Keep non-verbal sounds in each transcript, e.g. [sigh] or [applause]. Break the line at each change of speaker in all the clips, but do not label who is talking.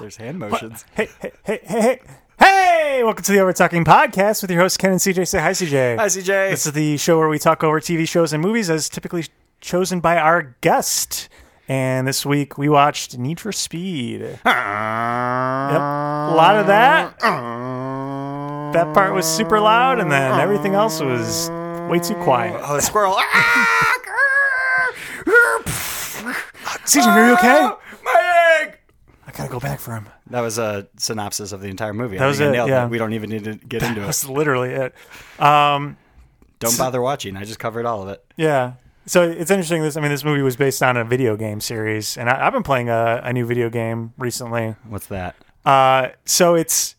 There's hand motions.
Hey, hey, hey, hey, hey. Hey, welcome to the Over Talking Podcast with your hosts Ken and CJ. Say hi, CJ.
Hi, CJ.
This is the show where we talk over TV shows and movies as typically chosen by our guest. And this week we watched Need for Speed. Yep. A lot of that. That part was super loud, and then everything else was way too quiet.
Oh, the [laughs] squirrel. Ah!
CJ, are you okay?
Ah, My egg.
I gotta go back for him.
That was a synopsis of the entire movie.
That was
think I
it,
nailed
yeah.
We don't even need to get into it.
That's literally it. Um,
Don't bother watching. I just covered all of it.
Yeah. So it's interesting. This, I mean, this movie was based on a video game series, and I, I've been playing a, a new video game recently.
What's that?
Uh, so it's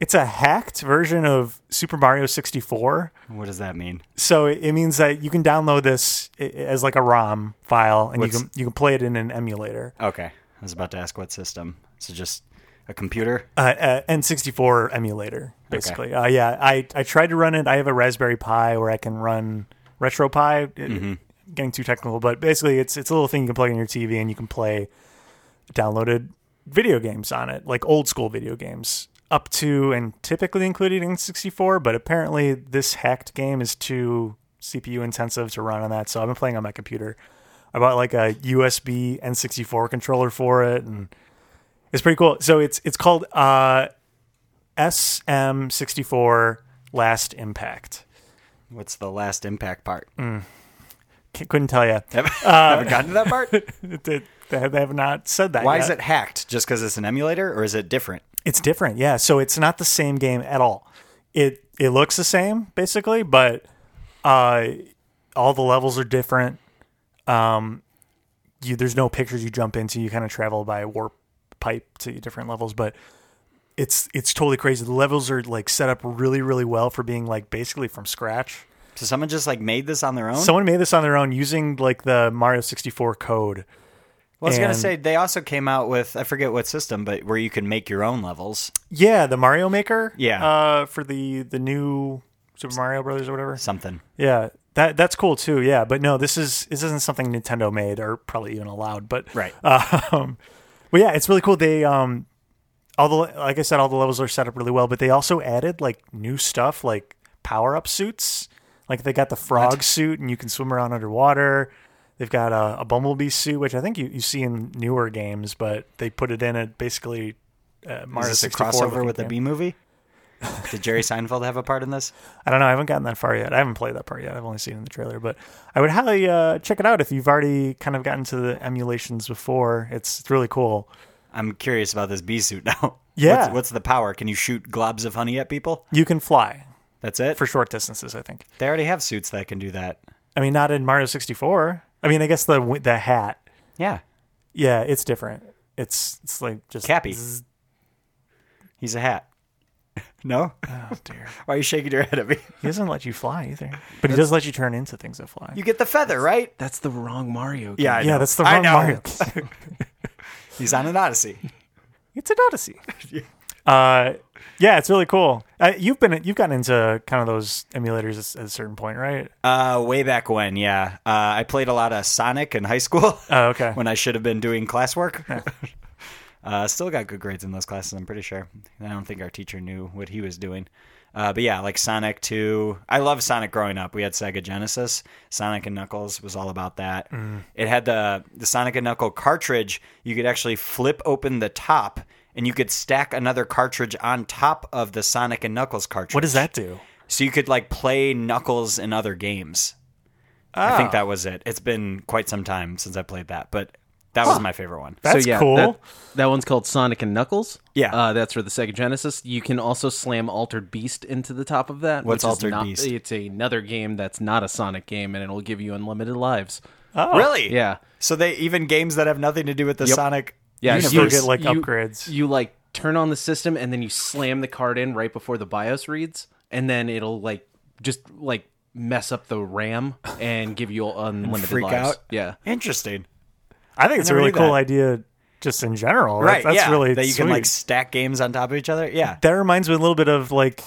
it's a hacked version of Super Mario 64.
What does that mean?
So it, it means that you can download this i- as like a ROM file, and
What's-
you can you can play it in an emulator,
Okay. I was about to ask what system. So just a computer?
uh, uh, N64 emulator, basically. Uh, yeah, I I tried to run it. I have a Raspberry Pi where I can run RetroPie. It- Getting too technical, but basically, it's it's a little thing you can plug in your TV, and you can play downloaded video games on it, like old school video games, up to and typically including N64, but apparently this hacked game is too CPU intensive to run on that. So I've been playing on my computer. I bought like a USB N64 controller for it, and it's pretty cool. So it's it's called uh, SM64 Last Impact.
What's the last impact part?
Mm. C- couldn't tell you. [laughs]
Haven't,
Uh,
haven't gotten to that part?
They, they have- they have not said that.
Why
yet.
is it hacked? Just because it's an emulator or is it different?
It's different, yeah. So it's not the same game at all. It it looks the same basically, but uh, all the levels are different. Um, you there's no pictures you jump into. You kind of travel by warp pipe to different levels, but it's it's totally crazy. The levels are like set up really really well for being like basically from scratch.
So someone just like made this on their own?
Someone made this on their own using like the Mario 64 code.
Well, I was going to
And-
say they also came out with I forget what system, but where you can make your own levels,
Yeah, the Mario Maker.
Yeah.
Uh, for the the new Super Mario Brothers or whatever.
something.
Yeah, that that's cool too. Yeah, but no, this is this isn't something Nintendo made or probably even allowed. But
Right.
um, but yeah, it's really cool. They um, all the like I said, all the levels are set up really well. But they also added like new stuff, like power up suits. Like they got the frog suit, and you can swim around underwater. They've got a, a bumblebee suit, which I think you, you see in newer games, but they put it in at basically uh, Mario
Is this a
64
crossover
looking
with the
game.
B [laughs] movie? Did Jerry Seinfeld have a part in this?
I don't know. I haven't gotten that far yet. I haven't played that part yet. I've only seen it in the trailer, but I would highly uh, check it out if you've already kind of gotten to the emulations before. It's, it's really cool.
I'm curious about this bee suit [laughs] now.
Yeah.
What's, what's the power? Can you shoot globs of honey at people?
You can fly
That's it.
for short distances, I think.
They already have suits that can do that.
I mean, not in Mario 64. I mean, I guess the wi- the hat.
Yeah.
Yeah, it's different. It's it's like just
Cappy.
zzz.
He's a hat. [laughs] No?
Oh dear.
[laughs] Why are you shaking your head at me?
He doesn't let you fly
[laughs]
either, but he does let you turn into things that fly.
You get the feather, right?
That's the wrong Mario. Game.
Yeah. I
yeah,
know.
that's the
I
wrong
know. [laughs]
Mario.
He's on an Odyssey.
it's an
[laughs]
odyssey. Uh, yeah, it's really cool. Uh, you've been you've gotten into kind of those emulators at, at a certain point, right?
Uh, way back when, yeah. Uh, I played a lot of Sonic in high school
[laughs] Oh, okay.
[laughs] when I should have been
[laughs]
doing classwork. [laughs] uh, still got good grades in those classes, I'm pretty sure. I don't think our teacher knew what he was doing. Uh, but yeah, like Sonic 2. I love Sonic growing up. We had Sega Genesis. Sonic and Knuckles was all about that.
Mm.
It had the, the Sonic and Knuckle cartridge. You could actually flip open the top and you could stack another cartridge on top of the Sonic and Knuckles cartridge.
What does that do?
So you could like play Knuckles in other games. I
Ah.
think that was it. It's been quite some time since I played that, but that was my favorite one.
That's
so yeah,
cool.
That, that one's called Sonic and Knuckles.
Yeah.
uh, that's for the Sega Genesis. You can also slam Altered Beast into the top of that.
What's
which is
Altered
not-
Beast?
It's another game that's not a Sonic game, and it'll give you unlimited lives.
Uh,
Really?
Yeah.
So they even games that have nothing to do with the Sonic.
Yeah,
You still get, like, upgrades.
You like turn on the system, and then you slam the card in right before the BIOS reads, and then it'll like just like mess up the RAM and give
[laughs]
you unlimited
freak
lives.
out.
Yeah.
Interesting.
I think it's a
never
really
knew
cool
that.
idea, just in general.
Right.
That's, that's
yeah.
really
that you can
sweet.
like stack games on top of each other. Yeah.
That reminds me a little bit of like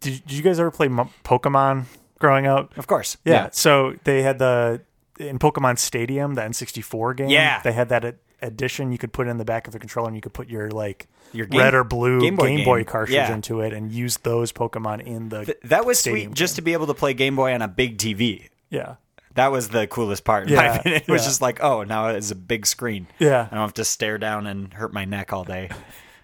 did, did you guys ever play Mo- Pokemon growing up?
Of course.
Yeah. So they had the in Pokemon Stadium, the N64 game.
Yeah.
They had that ed- edition you could put in the back of the controller, and you could put your like
Your game-
red or blue
Game
Game
Boy
Boy,
game.
cartridge
Yeah.
into it, and use those Pokemon in the
Th- That was sweet
Stadium
just to be able to play Game Boy on a big TV.
yeah.
That was the coolest part. In my
Yeah,
opinion. It was
yeah.
just like, oh, now it's a big screen.
Yeah.
I don't have to stare down and hurt my neck all day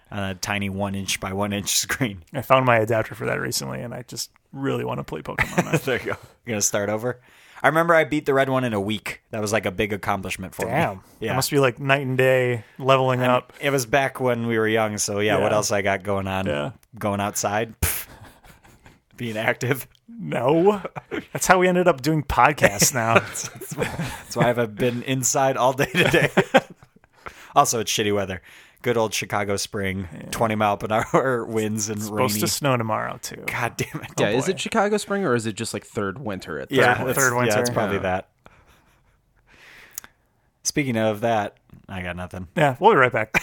on a tiny one inch by one inch [laughs] screen.
I found my adapter for that recently, and I just really want to play Pokemon. now.
[laughs] There you go. You're going to start over. I remember I beat the red one in a week. That was like a big accomplishment for me.
Damn,
Yeah.
it must be like night and day leveling up.
It was back when we were young, so yeah, what
Yeah.
else I got going on?
Yeah.
Going outside, [laughs] Pff. being active. [laughs]
No, that's how we ended up doing podcasts
[laughs]
now.
That's why I've been inside all day today. [laughs] also, it's shitty weather. Good old Chicago spring, 20 mile per hour [laughs] winds and
supposed
rainy.
to snow tomorrow too.
God damn it.
Oh,
yeah, is it Chicago spring or is it just like third winter at
yeah,
third
that's-
winter?
third winter.
Yeah, it's probably
Yeah.
that. Speaking of that, I got nothing.
Yeah, we'll be right
[laughs]
back.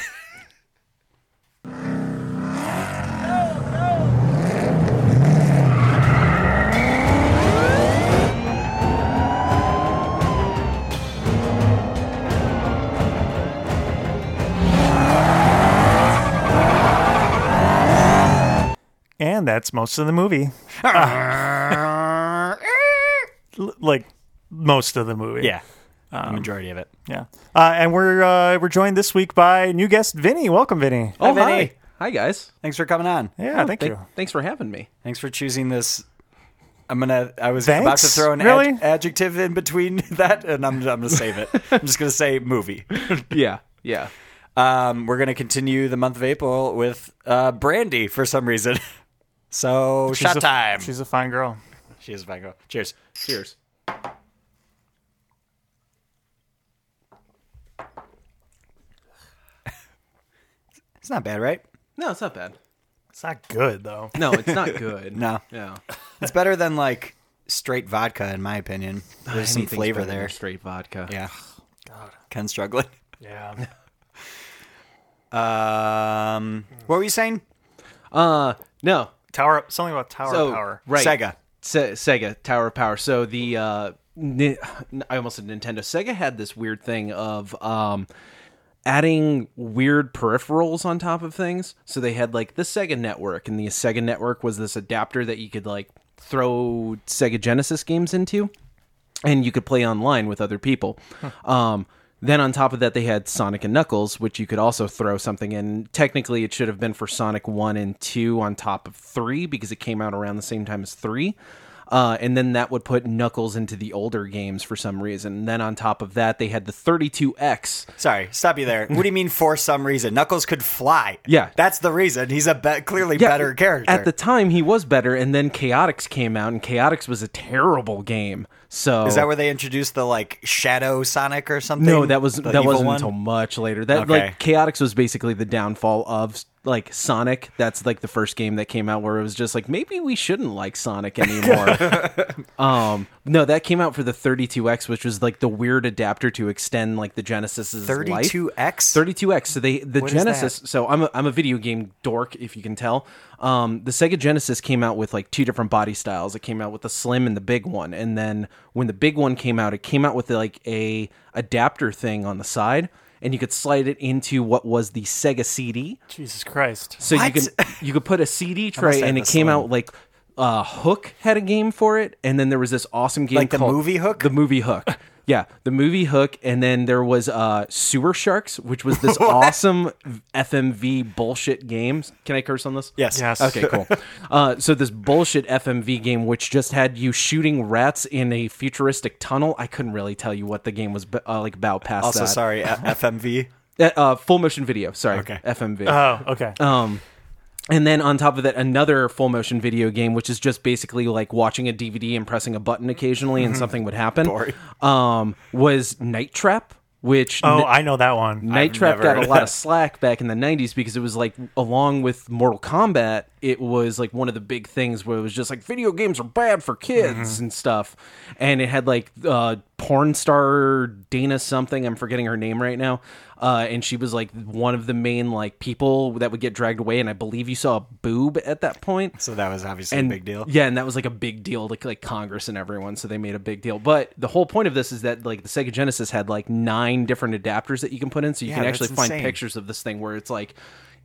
And that's most of the
[laughs]
movie. [laughs] L- like most of the movie. [laughs]
Yeah. Um, the majority of it.
Yeah. Uh, and we're uh, we're joined this week by new guest Vinny. Welcome, Vinny.
Oh,
Hi,
hi.
Vinny.
Hi, guys.
Thanks for coming on.
Yeah, thank
Thank-
you.
Thanks for having me.
Thanks for choosing this. I'm gonna. I was about
Thanks?
to throw an ad-
Really?
adjective in between [laughs] that, and I'm, I'm gonna save it. I'm just gonna say movie.
Yeah, yeah.
Um, we're gonna continue the month of April with uh, Brandy for some reason. [laughs] So shot
a,
time.
She's a fine girl.
Cheers, Vango. Cheers.
Cheers.
It's not bad, right?
No, it's not bad.
It's not good though.
No, it's
[laughs]
not good.
No.
no.
It's better than like straight vodka, in my opinion. There's some
Anything's
flavor
better than
there.
Straight vodka.
Yeah. Ken struggling.
Yeah.
Um, what were you saying?
Uh, no.
[laughs] Tower something about tower
So
power.
right,
Sega.
Se- Sega Tower of Power. So the uh, Ni- I almost said Nintendo. Sega had this weird thing of um, adding weird peripherals on top of things. So they had like the Sega Network, and the Sega Network was this adapter that you could like throw Sega Genesis games into, and you could play online with other people. Um, then on top of that, they had Sonic and Knuckles, which you could also throw something in. Technically, it should have been for Sonic One and Two on top of Three because it came out around the same time as Three. Uh, and then that would put Knuckles into the older games for some reason. And then on top of that, they had the 32X,
Sorry, stop you there. What do you mean for some reason? Knuckles could fly.
Yeah.
That's the reason. He's a be- clearly
Yeah,
better character.
At the time, he was better, and then Chaotix came out, and Chaotix was a terrible game. So
Is that where they introduced the like Shadow Sonic or something?
No, that was
The
that
evil
wasn't
one?
until much later. That
Okay.
like Chaotix was basically the downfall of like Sonic. That's like the first game that came out where it was just like maybe we shouldn't like
[laughs]
Sonic anymore. um, no, that came out for the 32X, which was like the weird adapter to extend like the Genesis's life.
32X.
32X. So they the
is that?
Genesis. So I'm a, I'm a video game dork, if you can tell. Um, the Sega Genesis came out with like two different body styles. It came out with the slim and the big one, and then when the big one came out, it came out with like a adapter thing on the side, and you could slide it into what was the Sega CD.
Jesus Christ.
So
What?
you could you could put
[laughs]
a CD tray,
have
and
the
it came
slim.
out like uh, Hook had a game for it, and then there was this awesome game
Like the
called
movie Hook?
The
[laughs]
movie Hook, yeah, the movie Hook, and then there was uh, Sewer Sharks, which was
[laughs]
this awesome FMV bullshit game. Can I curse on this?
Yes.
Yes.
Okay, cool. Uh, so this bullshit FMV game, which just had you shooting rats in a futuristic tunnel. I couldn't really tell you what the game was uh, like about past
Also,
that. [laughs]
sorry, F- FMV.
Uh, uh, full motion video. Sorry.
Okay. Uh,
FMV.
Oh, okay.
[laughs] Um, and then on top of that, another full motion video game, which is just basically like watching a DVD and pressing a button occasionally, and something would happen. Um, was Night Trap, which
oh,
N-
I know that one.
Night Trap
never
got
heard
a
of
lot of slack back in the '90s because it was like, along with Mortal Kombat, it was like one of the big things where it was just like video games are bad for kids and stuff, and it had like uh, porn star Dana something. I'm forgetting her name right now. Uh, and she was like one of the main like people that would get dragged away. And I believe you saw a boob at that point.
So that was obviously
and
a big deal.
Yeah, and that was like a big deal to like Congress and everyone, so they made a big deal. But the whole point of this is that like the Sega Genesis had like nine different adapters that you can put in, so you
Yeah,
can
that's
actually find
insane.
pictures of this thing where it's like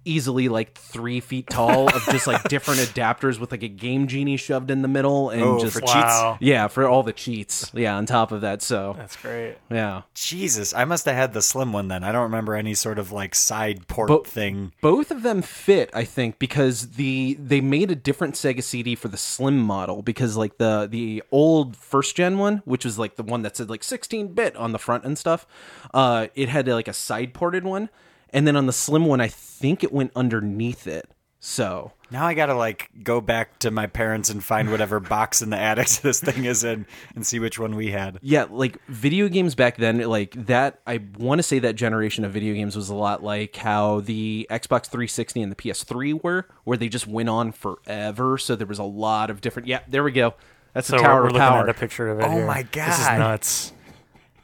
easily like three feet tall of
[laughs]
just like different adapters with like a game genie shoved in the middle and
Oh,
just
for
Wow.
yeah for all the cheats yeah on top of that so
That's great.
yeah
Jesus, I must have had the slim one then. I don't remember any sort of like side port
But-
thing.
both of them fit i think because the they made a different sega cd for the slim model because like the the old first gen one which was like the one that said like 16 bit on the front and stuff uh it had like a side ported one and then on the slim one i think it went underneath it so
Now I gotta like go back to my parents and find whatever box in the attic [laughs] this thing is in and see which one we had.
yeah like video games back then like that i want to say that generation of video games was a lot like how the xbox 360 and the ps3 were where they just went on forever so there was a lot of different yeah there we go that's
So
the
we're,
tower
we're
of
looking
power
at a picture of it.
Oh
here.
my
This is
God.
nuts.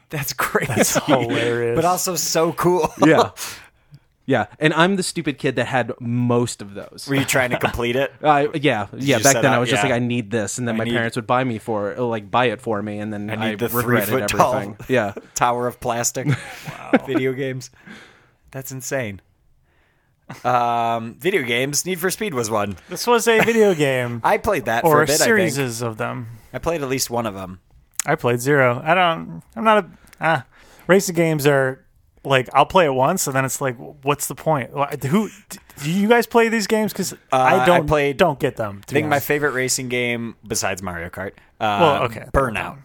That's crazy.
It's
[laughs]
hilarious.
but also so cool.
[laughs] yeah yeah and i'm the stupid kid that had most of those
[laughs] Were you trying to complete it?
uh, yeah, yeah.
you
Back
set
then, I
out-
was just
yeah.
like, I need this, and then my
need-
parents would buy me for, or, like, buy it for me, and then I,
I need the three
regretted
foot
everything.
tall
Yeah,
tower of
[laughs]
plastic video games. That's insane. Um, video games. Need for Speed was one.
this was a
[laughs]
video game
I played that for
or
a bit. I think
series of them.
I played at least one of them.
I played zero. I don't. I'm not a. Ah, racing games are like I'll play it once and then it's like, what's the point? Why- Who do you guys play these games? Because
Uh, I
I don't
played-
don't get them. To
I think
be
my
honest. Uh,
favorite racing game besides Mario Kart. Uh,
Well, okay.
Burnout.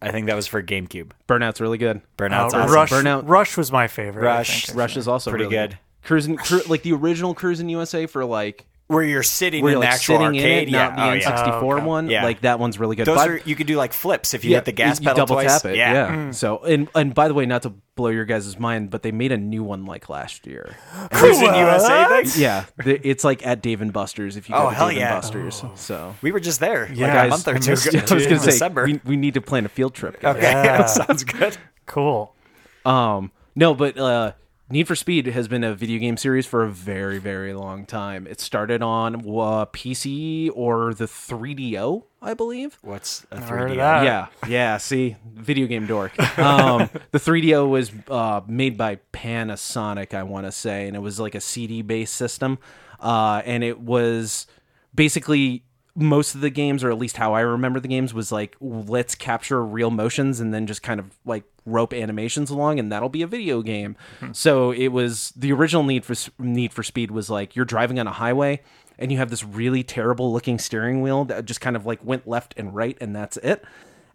I think that was for GameCube.
burnout's really good.
Burnout's
Uh,
awesome.
Rush
Burnout.
Rush was my favorite. I
Rush.
think.
Rush is also
Pretty
really
good.
Cruising, cru- like the original Cruising USA for like
Where you're sitting
where
in
you're
the
like
actual
sitting
arcade.
in it,
yeah.
not the
oh, yeah.
N64
Oh, okay.
one.
Yeah.
Like that one's really good.
Those
By-
are you could do like flips if you
yeah,
hit the gas
you
pedal
double
twice. Mm.
tap it. Yeah. So, and and by the way, not to blow your guys' mind, but they made a new one like
[gasps]
last year.
Cruising
What?
USA thing?
yeah, the- it's like at Dave and Buster's if you go
Oh,
to
hell
Dave
yeah.
and Buster's. So.
We were just there
Yeah.
like a
Guys,
month or
I
two
missed
ago.
it.
[laughs] I was
in
gonna say
December.
we, we need to plan a field trip.
[laughs]
guys.
okay,
Yeah.
sounds good.
Cool.
Um, no, but uh, Need for Speed has been a video game series for a very, very long time. It started on uh, PC or the 3DO, I believe.
What's a
Heard of
3D?
that?
yeah, yeah. See, video game dork. Um, the 3DO was uh, made by Panasonic, I want to say, and it was like a CD-based system, uh, and it was basically most of the games, or at least how I remember the games, was like let's capture real motions and then just kind of like rope animations along, and that'll be a video game. So it was the original Need for S- Need for Speed was like you're driving on a highway and you have this really terrible looking steering wheel that just kind of like went left and right and that's it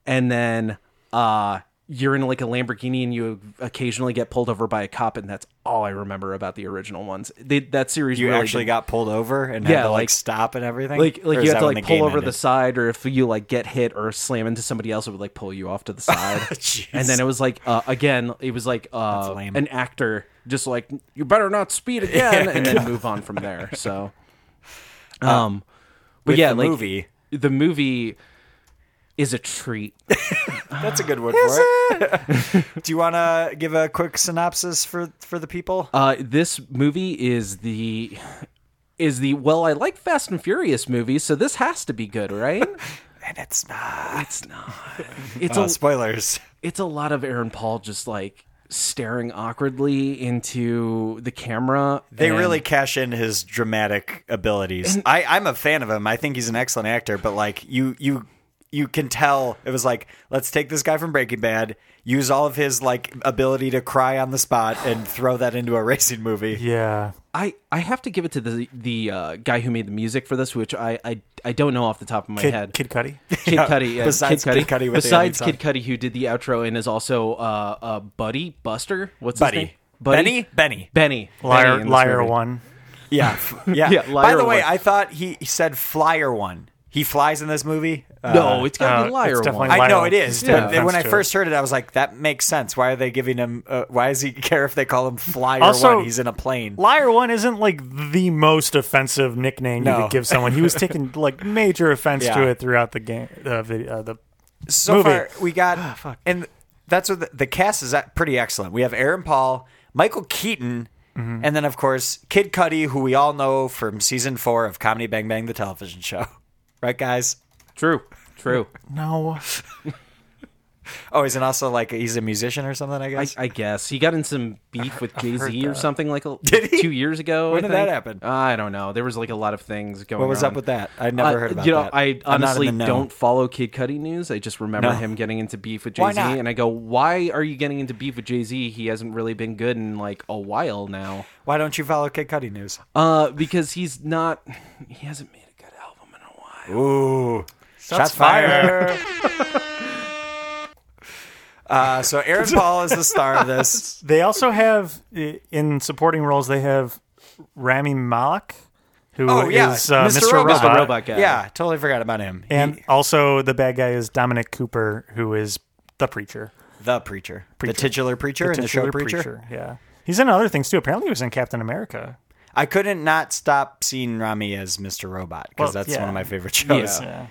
and then uh you're in like a Lamborghini and you occasionally get pulled over by a cop and that's all I remember about the original ones. They, that series
You
really
actually
did-
got pulled over and
Yeah,
had to like,
like-
stop and everything.
like
Or
like
is
you
that
have to
when
like
game
pull over the
ended?
side or if you like get hit or slam into somebody else it would like pull you off to
[laughs]
the side.
Jeez.
and then it was like uh, again it was like uh,
lame.
an actor just like you better not speed again
[laughs]
and then move on from there. So um
Uh,
but
with
yeah
the
like
movie.
the movie is a treat.
That's a good word for it. [laughs]
[laughs]
Do you want to give a quick synopsis for for the people?
Uh, this movie is the is the well, I like Fast and Furious movies, so this has to be good, right?
[laughs] and it's not
it's not. It's
uh,
a
spoilers.
it's a lot of Aaron Paul just like staring awkwardly into the camera.
They
and-
really cash in his dramatic abilities. I, I'm a fan of him. I think he's an excellent actor, but like you you you can tell it was like, let's take this guy from Breaking Bad, use all of his like ability to cry on the spot and throw that into a racing movie.
Yeah.
I I have to give it to the the uh, guy who made the music for this, which I I, I don't know off the top of my
Kid,
head.
Kid
[laughs]
Cudi.
Kid Cudi, yeah,
Besides
Kid Cudi,
Kid Cudi with the
besides
Andy
Kid Cudi, who did the outro and is also uh, uh Buddy Buster. What's
Buddy.
his name? Buddy?
Benny? Benny.
Benny.
Liar.
Benny in this
liar
movie.
one.
[laughs]
Yeah. Yeah.
Yeah,
By
liar
the way,
one.
I thought he, he said flyer one. He flies in this movie. Uh,
No, it's gotta be
Uh,
liar
it's definitely
one.
liar
I know
one.
it is,
Yeah.
but when I
That's true.
first heard it, I was like, "That makes sense. Why are they giving him? Uh, why does he [laughs] care if they call him Flyer
Also-
One? He's in a plane.
Liar One isn't like the most offensive nickname you
No.
could give someone. He was
[laughs]
taking like major offense
Yeah.
to it throughout the game. Uh, the, uh, the
So
Ah,
movie.
far, we got and that's what the, the cast is at- pretty excellent. We have Aaron Paul, Michael Keaton,
Mm-hmm.
and then of course Kid Cudi, who we all know from season four of Comedy Bang Bang, the television show, [laughs] right, guys?
True. True.
No.
Oh, he's an also like he's a musician or something, I
I,
guess.
I guess he got in some beef with Jay Z or something like a,
[laughs] Did he?
two years ago.
When
I
did that happen?
think. I don't know. There was like a lot of things going.
what was
on.
up with that? I never
Uh,
heard about
You know,
that.
I
I'm not in
honestly
the know.
don't follow Kid Cudi news. I just remember
No.
him getting into beef with
Why
Jay Z,
not?
and I go, "Why are you getting into beef with Jay Z? He hasn't really been good in like a while now."
Why don't you follow Kid Cudi
[laughs]
news?
Uh, because he's not. He hasn't made a good album in a while.
Ooh, shots, fired. Uh,
[laughs]
so Aaron Paul is the star of this.
They also have i- in supporting roles. They have Rami Malek, who is
Oh yeah,
uh, Mr. Robot,
Mr. Robot guy.
Yeah, totally forgot about him.
and also the bad guy is Dominic Cooper, who is the preacher,
the preacher, the titular preacher, and the show
Titular
preacher.
Yeah, he's in other things too. Apparently, he was in Captain America.
I couldn't not stop seeing Rami as Mr. Robot because
Well,
that's
yeah.
one of my favorite shows,
Yeah.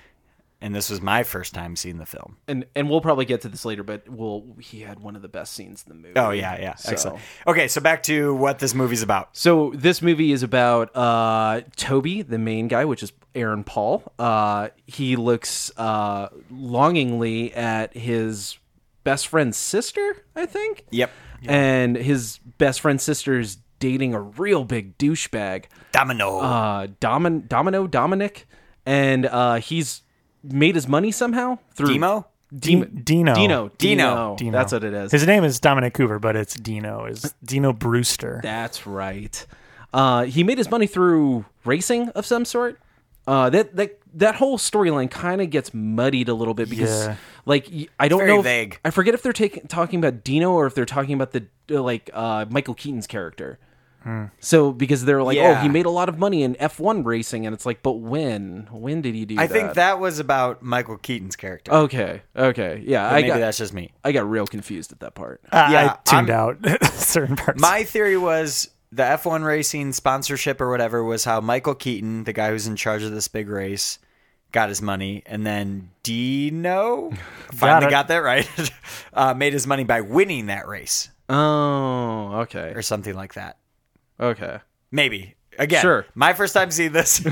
and this was my first time seeing the film.
And and we'll probably get to this later, but we'll. He had one of the best scenes in the movie.
Oh yeah, yeah,
So-
excellent. Okay, so back to what this movie's about.
So this movie is about uh, Toby, the main guy, which is Aaron Paul. Uh, he looks uh, longingly at his best friend's sister, I think.
Yep,
And his best friend's sister's dating a real big douchebag,
Domino.
uh, Domin- Domino Dominic, and uh, he's made his money somehow through
Demo?
Dem-
Dino.
Dino,
Dino.
Dino.
That's what it is.
His name is Dominic Cooper, but it's Dino. Is Dino Brewster?
That's right. Uh, he made his money through racing of some sort. Uh, that that that whole storyline kind of gets muddied a little bit because,
Yeah.
like, y- I don't
Very
know. if-
vague.
I forget if they're taking talking about Dino or if they're talking about the uh, like uh, Michael Keaton's character. So because they're like,
Yeah.
oh, he made a lot of money in F one racing, and it's like, but when? When did he do?
I think that was about Michael Keaton's character.
Okay. Okay. Yeah. Oh, I
Maybe Uh,
got.
that's just me.
I got real confused at that part.
I-
Yeah,
I tuned out [laughs] certain parts.
My theory was the F1 racing sponsorship or whatever was how Michael Keaton, the guy who's in charge of this big race, got his money, and then
[laughs]
Dino finally
it.
got that right, [laughs] uh, made his money by winning that race
Oh. Okay.
or something like that.
Okay.
Maybe again,
Sure.
My first time seeing this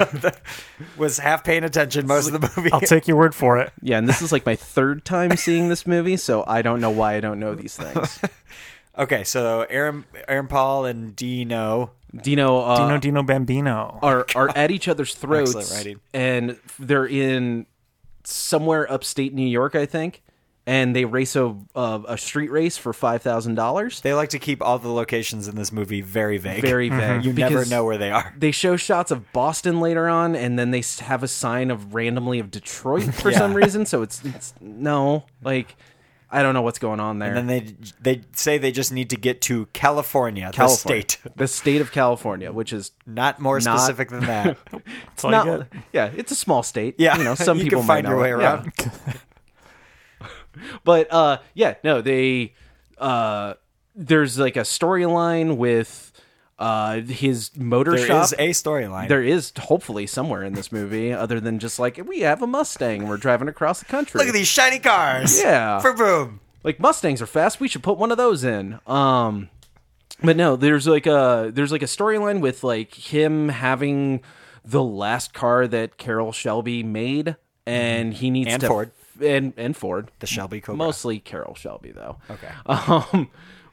[laughs] was half paying attention most of the movie.
I'll take your word for it.
Yeah, and this is like my third time seeing this movie, so I don't know why I don't know
[laughs]
these things.
[laughs] okay, so Aaron, Aaron Paul, and Dino.
Dino, uh, oh.
Dino Dino Bambino.
are are at each other's throats,
Oh Excellent writing.
and they're in somewhere upstate New York, I think, and they race a uh, a street race for five thousand dollars.
They like to keep all the locations in this movie very vague.
Very vague. Mhm.
You never
because
know where they are.
They show shots of Boston later on, and then they s- have a sign of randomly of Detroit for
Yeah. [laughs]
some reason. So it's, it's no like. I don't know what's going on there.
And then they they say they just need to get to California, the
California.
state. [laughs]
the state of California, which is
Not more
Not-
specific than [laughs] that.
That's all you
Not,
get.
yeah, it's a small state.
Yeah,
you
[laughs]
know, some
you
people
can find
might know
your way
it.
around.
Yeah. but uh, yeah, no, they uh, there's like a storyline with uh his motor
There
shop.
is a storyline.
there is hopefully somewhere in this movie other than just like we have a Mustang, we're driving across the country.
Look at these shiny cars.
Yeah.
For boom.
like Mustangs are fast. We should put one of those in. Um, but no, there's like a there's like a storyline with like him having the last car that Carol Shelby made, and he needs
And
to
Ford.
and and Ford.
The Shelby Cobra.
Mostly Carol Shelby though.
Okay.
[laughs] Um,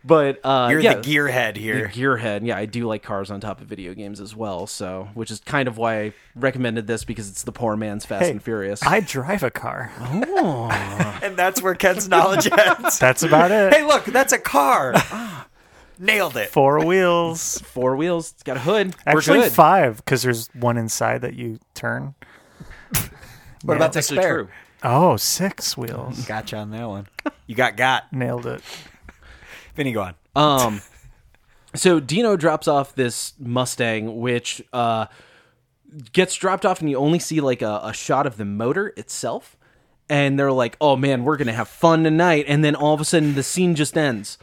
but uh,
You're
yeah,
the gearhead here.
gearhead. Yeah, I do like cars on top of video games as well. So, which is kind of why I recommended this because it's the poor man's Fast
Hey,
and Furious.
I drive a car.
and that's where Ken's [laughs] knowledge ends.
That's about
[laughs]
it.
hey, look, that's a [laughs] car. Nailed it.
Four wheels.
[laughs] Four wheels. It's got a hood.
Actually,
[laughs] We're good.
five because there's one inside that you turn.
What about the
Actually,
spare?
true.
Oh, six wheels.
Gotcha on that one. You got got.
Nailed it.
Vinny, go on.
Um, so Dino drops off this Mustang, which uh, gets dropped off, and you only see like a, a shot of the motor itself. And they're like, "Oh man, we're gonna have fun tonight!" And then all of a sudden, the scene just ends.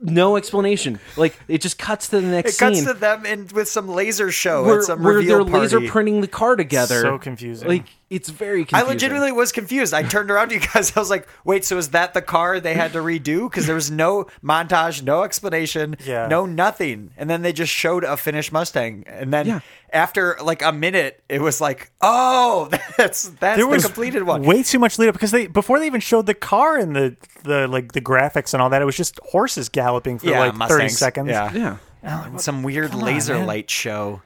No explanation. Like it just cuts to the next
It cuts
scene
to them in with some laser show
where,
at some
where
reveal
they're
party.
laser printing the car together.
So confusing.
Like It's very
I
confusing.
legitimately was confused. I turned around to you guys. I was like, "Wait, so is that the car they had to redo? Because there was no montage, no explanation,
Yeah.
no nothing." And then they just showed a finished Mustang, and then
Yeah.
after like a minute, it was like, "Oh, [laughs] that's that's
there
the
was
completed one."
Way too much lead up because they before they even showed the car and the the like the graphics and all that. It was just horses galloping for
yeah,
like thirty
Mustangs.
seconds.
Yeah, Oh,
Yeah.
And some weird
on,
laser
man.
light show,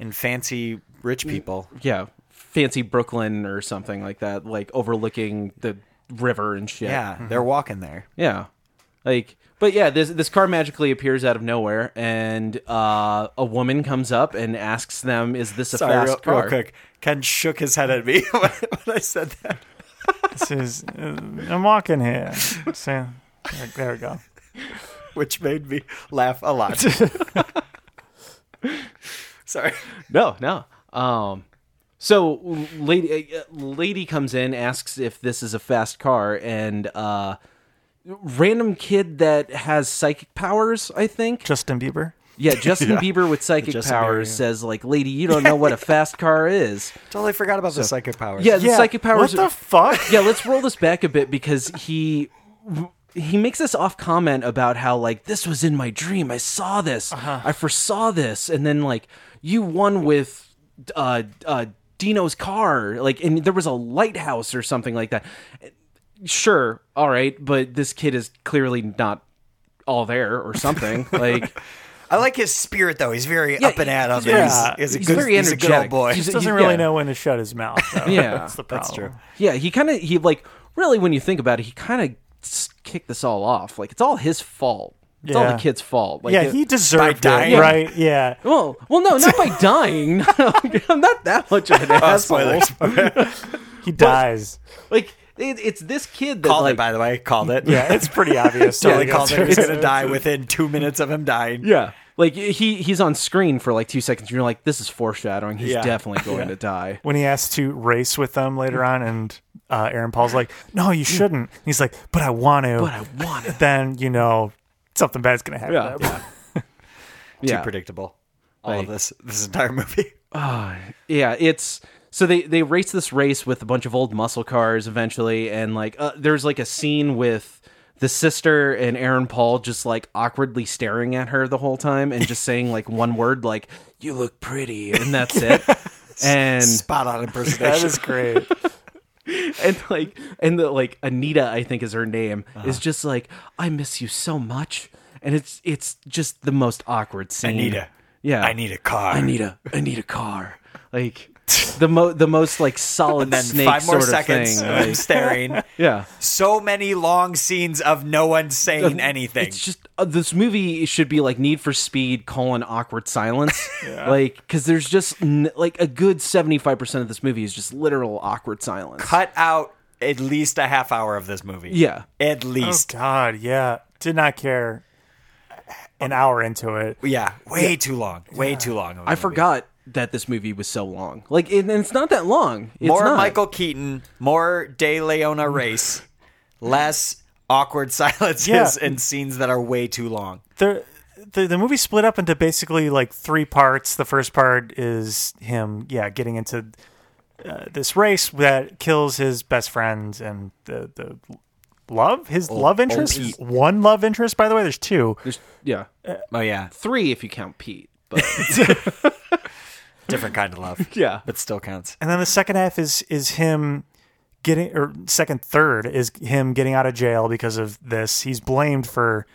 and fancy rich people.
Yeah. Fancy Brooklyn or something like that, like overlooking the river and shit.
Yeah, Mm-hmm. they're walking there.
Yeah. Like but yeah, this this car magically appears out of nowhere and uh, a woman comes up and asks them, Is this a fast
real,
car?
real quick. Ken shook his head at me [laughs] when, when I said that.
This is uh, I'm walking here. So, there, there we go.
[laughs] which made me laugh a [laughs] lot. Sorry.
No, no. Um, so lady, uh, lady comes in, asks if this is a fast car, and uh, random kid that has psychic powers. I think.
Justin Bieber.
Yeah, Justin Bieber with psychic
Justin
powers says like, "Lady, you don't know what a fast car is."
Totally forgot about the psychic powers.
Yeah, the psychic powers.
What the fuck?
[laughs] yeah, let's roll this back a bit because he. He makes this off comment about how like this was in my dream. I saw this.
Uh-huh.
I foresaw this, and then like you won with uh, uh, Dino's car, like, and there was a lighthouse or something like that. Sure, all right, but this kid is clearly not all there or
[laughs]
something. like,
I like his spirit though. He's very up and at him.
yeah.
He's, he's a
He's
good,
very
he's a good old
energetic.
boy. [laughs]
He's-
He doesn't really
yeah.
know when to shut his mouth. Though.
Yeah.
that's the problem.
true.
yeah, he kind of he like really when you think about it, he kind of kicked this all off. Like, it's all his fault. It's all
Yeah.
the kid's fault. Like,
Yeah,
it-
he deserved
dying.
it, right? Yeah.
Well, well, no, not
[laughs]
by dying. [laughs] I'm not that much of an asshole.
Oh,
[laughs]
Spoilers.
He dies.
Like it, it's this kid that
Called
like
it by the way. Called it. [laughs]
Yeah, it's pretty obvious.
Totally
yeah,
called it. He's
[laughs]
gonna die within two minutes of him dying.
yeah, like he he's on screen for like two seconds. And you're like, this is foreshadowing. He's
Yeah.
[laughs]
definitely going to die.
When he asked to race with them later on, and uh, Aaron Paul's like, "No, you shouldn't." And he's like, "But I want to."
But I want it.
Then you know something bad's gonna happen.
Yeah.
Yeah.
Yeah,
Too predictable. All
Like-
of this this entire movie.
[sighs] yeah. It's so they they race this race with a bunch of old muscle cars eventually, and like uh, there's like a scene with. The sister and Aaron Paul just like awkwardly staring at her the whole time and just saying like one word like "you look pretty" and
[laughs]
that's it. And
Spot
[laughs]
on
That
impersonation.
is great.
and like and the like Anita I think is her name
Uh-huh.
is just like I miss you so much and it's it's just the most awkward scene.
Anita.
Yeah.
I need a car.
I need a I need a car.
[laughs]
Like the mo the most like solid
and then
snake
five more
sort of
seconds
thing.
of him [laughs]
like, [laughs]
staring.
yeah.
So many long scenes of no one saying anything.
It's just uh, this movie should be like Need for Speed colon
[laughs]
awkward silence, like because there's just n- like a good seventy five percent of this movie is just literal awkward silence.
cut out at least a half hour of this movie.
Yeah.
At
Oh
least.
God, yeah. Did not care. An hour into it,
Yeah. Way too long. Way too long. of a
I
movie.
forgot that this movie was so long. Like, it, and it's not that long. It's
More
not.
Michael Keaton, more De
[laughs]
Leona race, less awkward [laughs] silences
Yeah.
and scenes that are way too long.
the the, the movie split up into basically like three parts. The first part is him, yeah, getting into uh, this race that kills his best friend and the the love his love interest
Pete.
one love interest by the way there's two
There's, yeah,
Oh yeah.
three if you count Pete. But
Different kind of love.
[laughs] yeah,
But still counts.
and then the second half is is him getting or second third is him getting out of jail because of this he's blamed for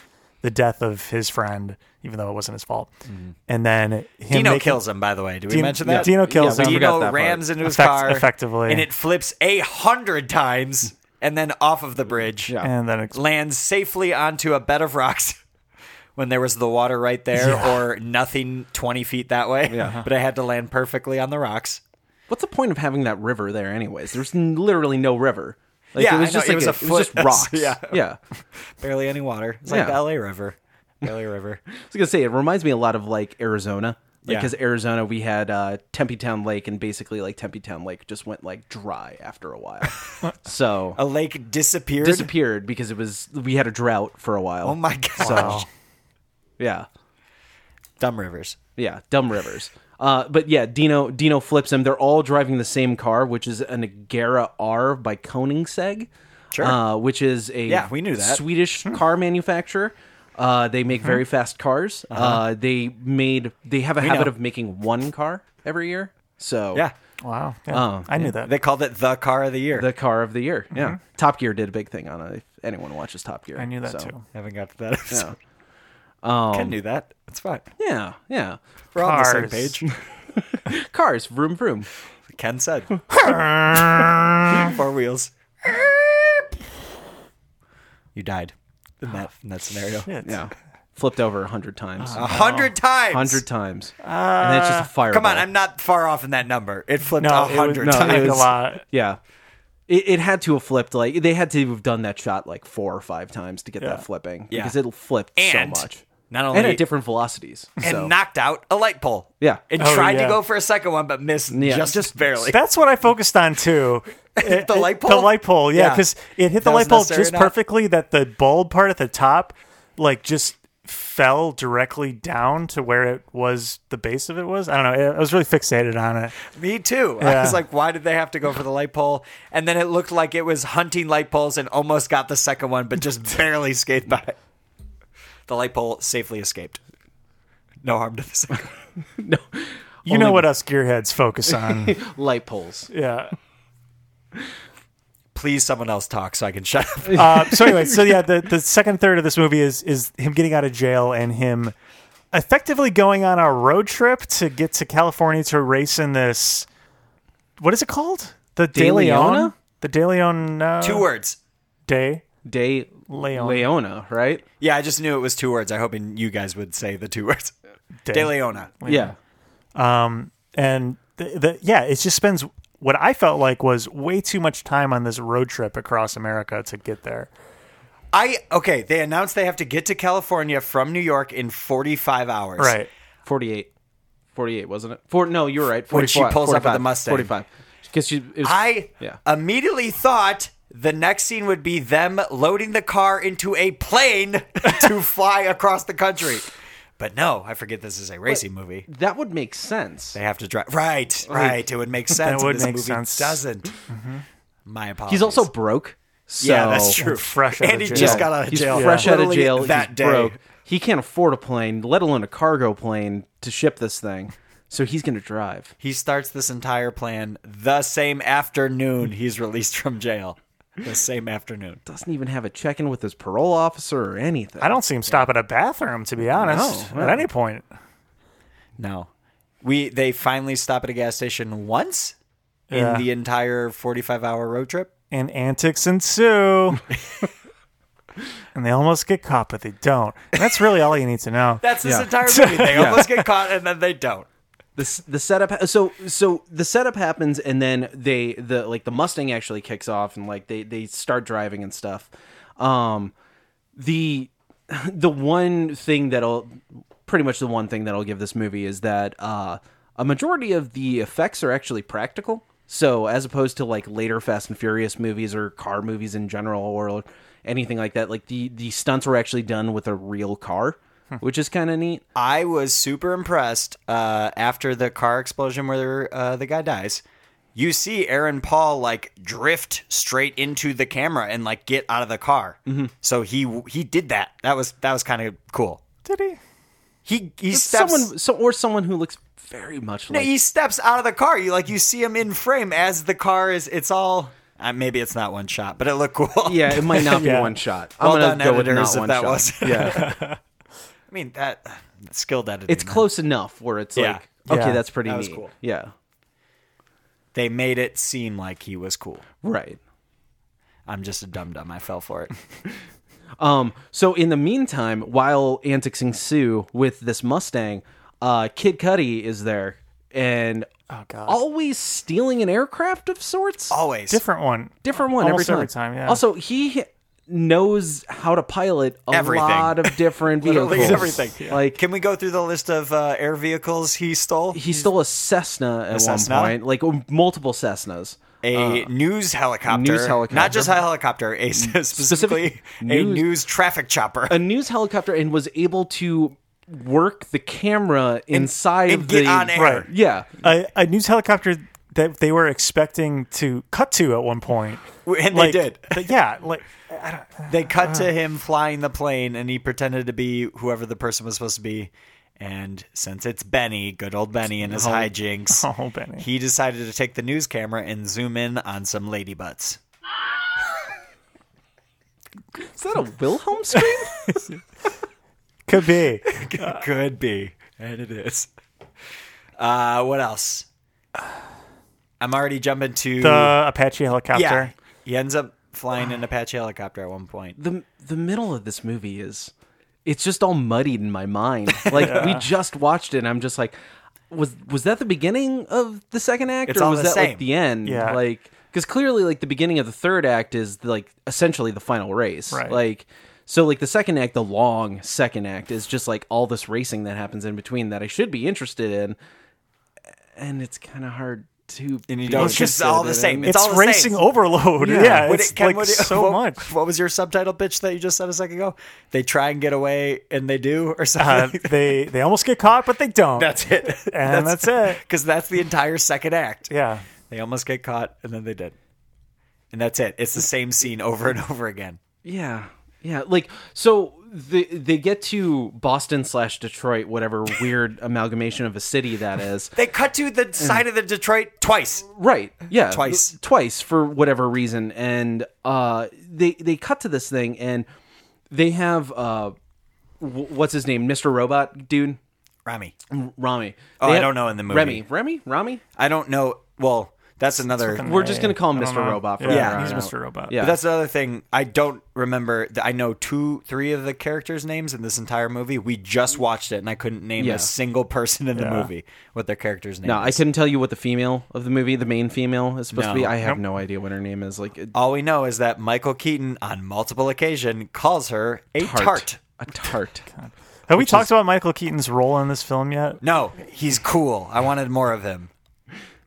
the death of his friend even though it wasn't his fault and then him
Dino
making-
kills him, by the way. Did we
Dino-
mention that?
Dino kills
Yeah, we
him
forgot
Dino
that part.
rams into his
Effect-
car
effectively.
and it flips a hundred times and then off of the bridge.
Yeah.
and then ex-
lands safely onto a bed of rocks [laughs] when there was the water right there
Yeah.
or nothing 20 feet that way.
Yeah. uh-huh.
But I had to land perfectly on the rocks.
what's the point of having that river there, anyways? There's n- literally no river. Like,
Yeah,
it was
I know,
just
it
like
was a
it was just
foot- [laughs]
rocks.
yeah.
yeah.
Barely any water. It's like
Yeah.
the LA River. LA River.
I was gonna say it reminds me a lot of like Arizona.
Yeah.
Because Arizona, we had uh, Tempe Town Lake, and basically, like Tempe Town Lake just went like dry after
[laughs]
a while, so
A lake disappeared.
disappeared because it was we had a drought for a while.
oh my gosh.
Yeah,
Dumb rivers.
Yeah, dumb rivers. Uh, but yeah, Dino Dino flips him. They're all driving the same car, which is an Agera R by Koenigsegg,
Sure.
uh, which is a
Yeah, we knew that. Hmm. Mm-hmm.
Swedish car manufacturer. Uh, they make very fast cars. uh they made they have a habit
Uh-huh. know.
of making one car every year. So
Yeah.
Wow. Yeah. I knew that.
Um, They called it the car of the year.
the car of the year.
Mm-hmm.
Yeah, Top Gear did a big thing on it. If anyone watches Top Gear,
I knew that
So,
too.
Haven't got to that. episode.
Um,
Can do that. It's fine.
Yeah, yeah.
We're all on the same
Cars.
page.
Cars, vroom vroom.
[laughs]
Ken said. [laughs] Four wheels. You died in that, in that scenario.
Shit.
Yeah, flipped over a hundred times.
A hundred
Oh.
times.
hundred times, and then it's just a fireball.
Uh-huh. Uh, Come on, I'm not far off in that number. It flipped
No,
a
it was,
hundred
no,
times.
it was a lot.
yeah. It, it had to have flipped like they had to have done that shot like four or five times to get that flipping
Yeah.
because it'll flip
And
so much
not
and
only-
at different velocities.
[laughs] and
so. [laughs]
knocked out a light pole.
Yeah.
And
Oh,
tried
yeah.
to go for a second one, but missed
Yeah.
just, just barely.
That's what I focused on too. It-
[laughs] The light
The
pole?
light pole, yeah,
Yeah.
because it hit the
That was
light pole
necessary
just
enough.
perfectly that the bulb part at the top, like, just fell directly down to where it was, the base of it was. I don't know. I was really fixated on it.
Me too. I
Yeah.
was like, why did they have to go for the light pole? And then it looked like it was hunting light poles and almost got the second one, but
[laughs]
just barely escaped by. The light pole safely escaped. No harm to the second.
[laughs]
one.
You know what us gearheads focus
[laughs]
on.
light poles.
yeah.
Please, someone else talk so I can shut up.
Uh, so anyway, so yeah, the, the second third of this movie is is him getting out of jail and him effectively going on a road trip to get to California to race in this. What is it called? The De
De
Leon?
Leona?
The De Leon uh,
Two words.
Day.
De
Leon.
Leona, right?
Yeah, I just knew it was two words. I hoping you guys would say the two words.
Day.
De Leona.
yeah.
and the, the yeah, it just spends what I felt like was way too much time on this road trip across America to get there.
I okay. They announced they have to get to California from New York in 45 hours.
Right.
48 48 wasn't it Four, no you're right 44,
When she pulls
45,
up in the Mustang.
45 because she it was,
I
Yeah.
immediately thought the next scene would be them loading the car into a plane [laughs] to fly across the country. But no, I forget this is a racing movie.
that would make sense
They have to drive. Right, right. It would [laughs] make sense.
would
this
make
movie
sense.
Doesn't. My apologies.
he's also broke so
yeah, that's true.
And fresh out of
and he
jail.
just got out of
he's
jail.
fresh out of
Literally
jail
that
he's
day.
broke he can't afford a plane let alone a cargo plane to ship this thing so he's gonna drive
He starts this entire plan the same afternoon he's released from jail. The same afternoon.
doesn't even have a check-in with his parole officer or anything
I don't see him stop at a bathroom to be honest.
No,
At
no.
any point.
No. We they finally stop at a gas station once
Yeah.
in the entire 45 hour road trip.
and antics ensue.
[laughs]
and they almost get caught, but they don't. And that's really all you need to know.
That's this [laughs]
Yeah.
entire movie. They almost get caught and then they don't.
the s- the setup so so the setup happens and then they the like the mustang actually kicks off and like they they start driving and stuff um the [laughs] the one thing that'll pretty much the one thing that'll give this movie is that uh a majority of the effects are actually practical so as opposed to like later fast and furious movies or car movies in general or anything like that like the the stunts were actually done with a real car which is kind of neat
I was super impressed uh, after the car explosion where uh, the guy dies. You see Aaron Paul like drift straight into the camera and like get out of the car.
Mm-hmm.
So he he did that. That was that was kind of cool.
Did he?
He he steps
someone so or someone who looks very much like
he steps out of the car. You like you see him in frame as the car is. It's all uh, maybe it's not one shot, but it looked cool.
[laughs] yeah it might not be
Yeah.
one shot
Well
i'm gonna
done,
go with
editors,
not
if
one
that
shot
was-
yeah
[laughs] I mean that that's skilled editing.
it's
man.
close enough where it's
Yeah.
like okay
Yeah.
that's pretty
That was
neat
cool.
yeah
They made it seem like he was cool.
right
I'm just a dum dum. I fell for
[laughs]
it.
um so in the meantime while antics ensue with this mustang uh kid cuddy is there and
Oh,
God.
always stealing an aircraft of sorts
Always
Different one.
different one
Almost
every
every
time.
time, yeah.
Also, he knows how to pilot a
Everything.
lot of different vehicles.
[laughs] Literally everything.
Like
Can we go through the list of uh, air vehicles he stole?
he stole a Cessna at
Cessna?
one point, like oh, multiple Cessnas.
A news helicopter.
uh, news helicopter.
Not just a helicopter. A specifically a
news-
news traffic chopper.
A news helicopter and was able to work the camera
[laughs]
inside
and
of
get
the
on air.
Right.
Yeah,
a, a news helicopter that they were expecting to cut to at one point.
And
Like,
they did.
but yeah, like
They cut
Ah.
to him flying the plane, and he pretended to be whoever the person was supposed to be. And since it's Benny, good old Benny and his hijinks,
[laughs] Oh, Benny.
he decided to take the news camera and zoom in on some lady butts.
is that a Wilhelm scream?
could
[laughs]
be.
Could be, and it is. Uh, what else? I'm already jumping to
The Apache helicopter.
yeah. He ends up flying an Apache helicopter at one point.
the the middle of this movie is it's just all muddied in
[laughs]
my mind. Like we just watched it and I'm just like was was that the beginning of the second act
It's
or
all
was
the
that
same.
like the end?
Yeah.
Like cuz clearly like the beginning of the third act is like essentially the final race.
Right.
Like so like the second act, the long second act is just like all this racing that happens in between that I should be interested in and it's kind of hard to
And you
be
don't. It's just
interested
all the
in.
same.
It's,
It's all the
racing
same.
overload. Yeah,
What
it's
it- Ken,
like
what it- [laughs]
so
what-
much.
What was your subtitle pitch that you just said a second ago? They try and get away, and they do, or something. [laughs]
Uh, they they almost get caught, but they don't.
that's it.
and that's, it.
Because [laughs] that's the entire second act.
Yeah,
They almost get caught, and then they did. And that's it. It's the same scene over and over again.
Yeah, yeah. Like so, the, they get to Boston slash Detroit, [laughs] whatever weird amalgamation of a city that [laughs] is.
They cut to the side of the Detroit twice.
Right. Yeah.
Twice.
th- Twice for whatever reason, and uh, they they cut to this thing, and they have uh, w- what's his name, Mister Robot dude,
Rami.
Rami.
Oh,
They
I
have-
don't know in the movie.
Remy, Remy, Rami.
I don't know. Well, that's another.
We're just gonna call him
I don't
Mister
know.
Robot.
Yeah,
from
Yeah.
here
he's
on out.
Mr. Robot.
But
Yeah.
that's another thing. I don't remember. th- I know two, three of the characters' names in this entire movie. We just watched it, and I couldn't name
Yeah.
a single person in the
Yeah.
movie what their character's name. is.
No, Uh, I couldn't tell you what the female of the movie, the main female, is supposed to be.
No.
I have no idea what her name is. Like a
All we know is that Michael Keaton, on multiple occasion, calls her a tart.
A [laughs] tart.
Have we talked about Michael Keaton's role in this film yet?
No, he's cool. I wanted more of him.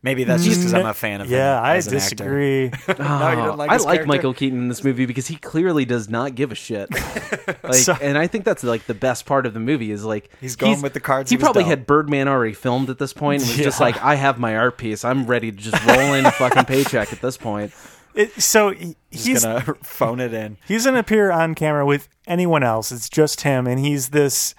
Maybe that's just because I'm a fan of him.
Yeah, I
as an actor.
disagree.
[laughs] No, Oh, you don't Ah, like
Uh-huh. I
his
like
character?
Michael Keaton in this movie because he clearly does not give
[laughs]
a shit. Like, and I think that's like the best part of the movie is like
He's going with the cards
He
he was
probably
dealt.
had Birdman already filmed at this point and was just like, I have my art piece. I'm ready to just
[laughs]
roll in a fucking paycheck at this point.
It- so he-
He's
he's
gonna [laughs] phone it in.
he doesn't appear on camera with anyone else. It's just him, and he's this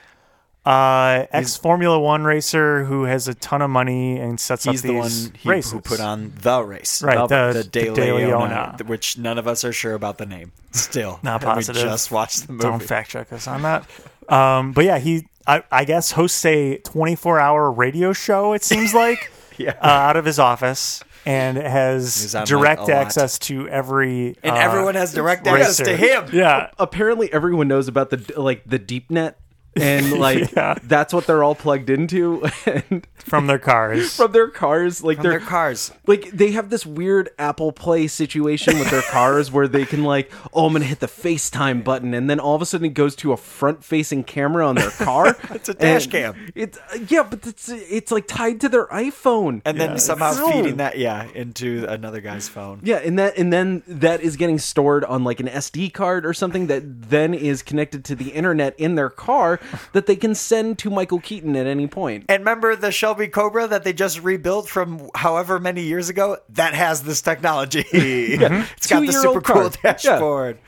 uh, ex Formula One racer who has a ton of money and sets
He's
up
the one
these
he,
races.
who put on the race,
Right,
The,
the-
the Daily,
the Daily
Ona,
Ona.
th- which none of us are sure about the name. Still,
Not
And
positive.
We just watched the movie.
Don't fact check us on that. Um, but yeah, he I, I guess hosts a 24 hour radio show. It seems like
[laughs] Yeah.
uh, out of his office and
He's
has
on, like,
direct
a lot.
access to every
and
uh,
everyone has direct access
racer.
to him.
Yeah,
Apparently, everyone knows about the like the deep net.
[laughs]
And like that's what they're all plugged into, [laughs] and
from their
[laughs]
cars.
from their cars, like
Their cars.
Like they have this weird Apple Play situation with their cars where they can like, oh, I'm gonna hit the FaceTime button, and then all of a sudden it goes to a front-facing camera on
[laughs]
their car. it's
a dash cam.
It's yeah, but it's it's like tied to their iPhone.
And then somehow
No.
feeding that, yeah, into another guy's phone.
yeah, and that and then that is getting stored on like an SD card or something that then is connected to the internet in their car that they can send to Michael Keaton at any point.
And remember the Shelby Cobra that they just rebuilt from however many years ago? That has this technology. [laughs] It's got the
Two-year-old
super cool
car. Yeah.
dashboard.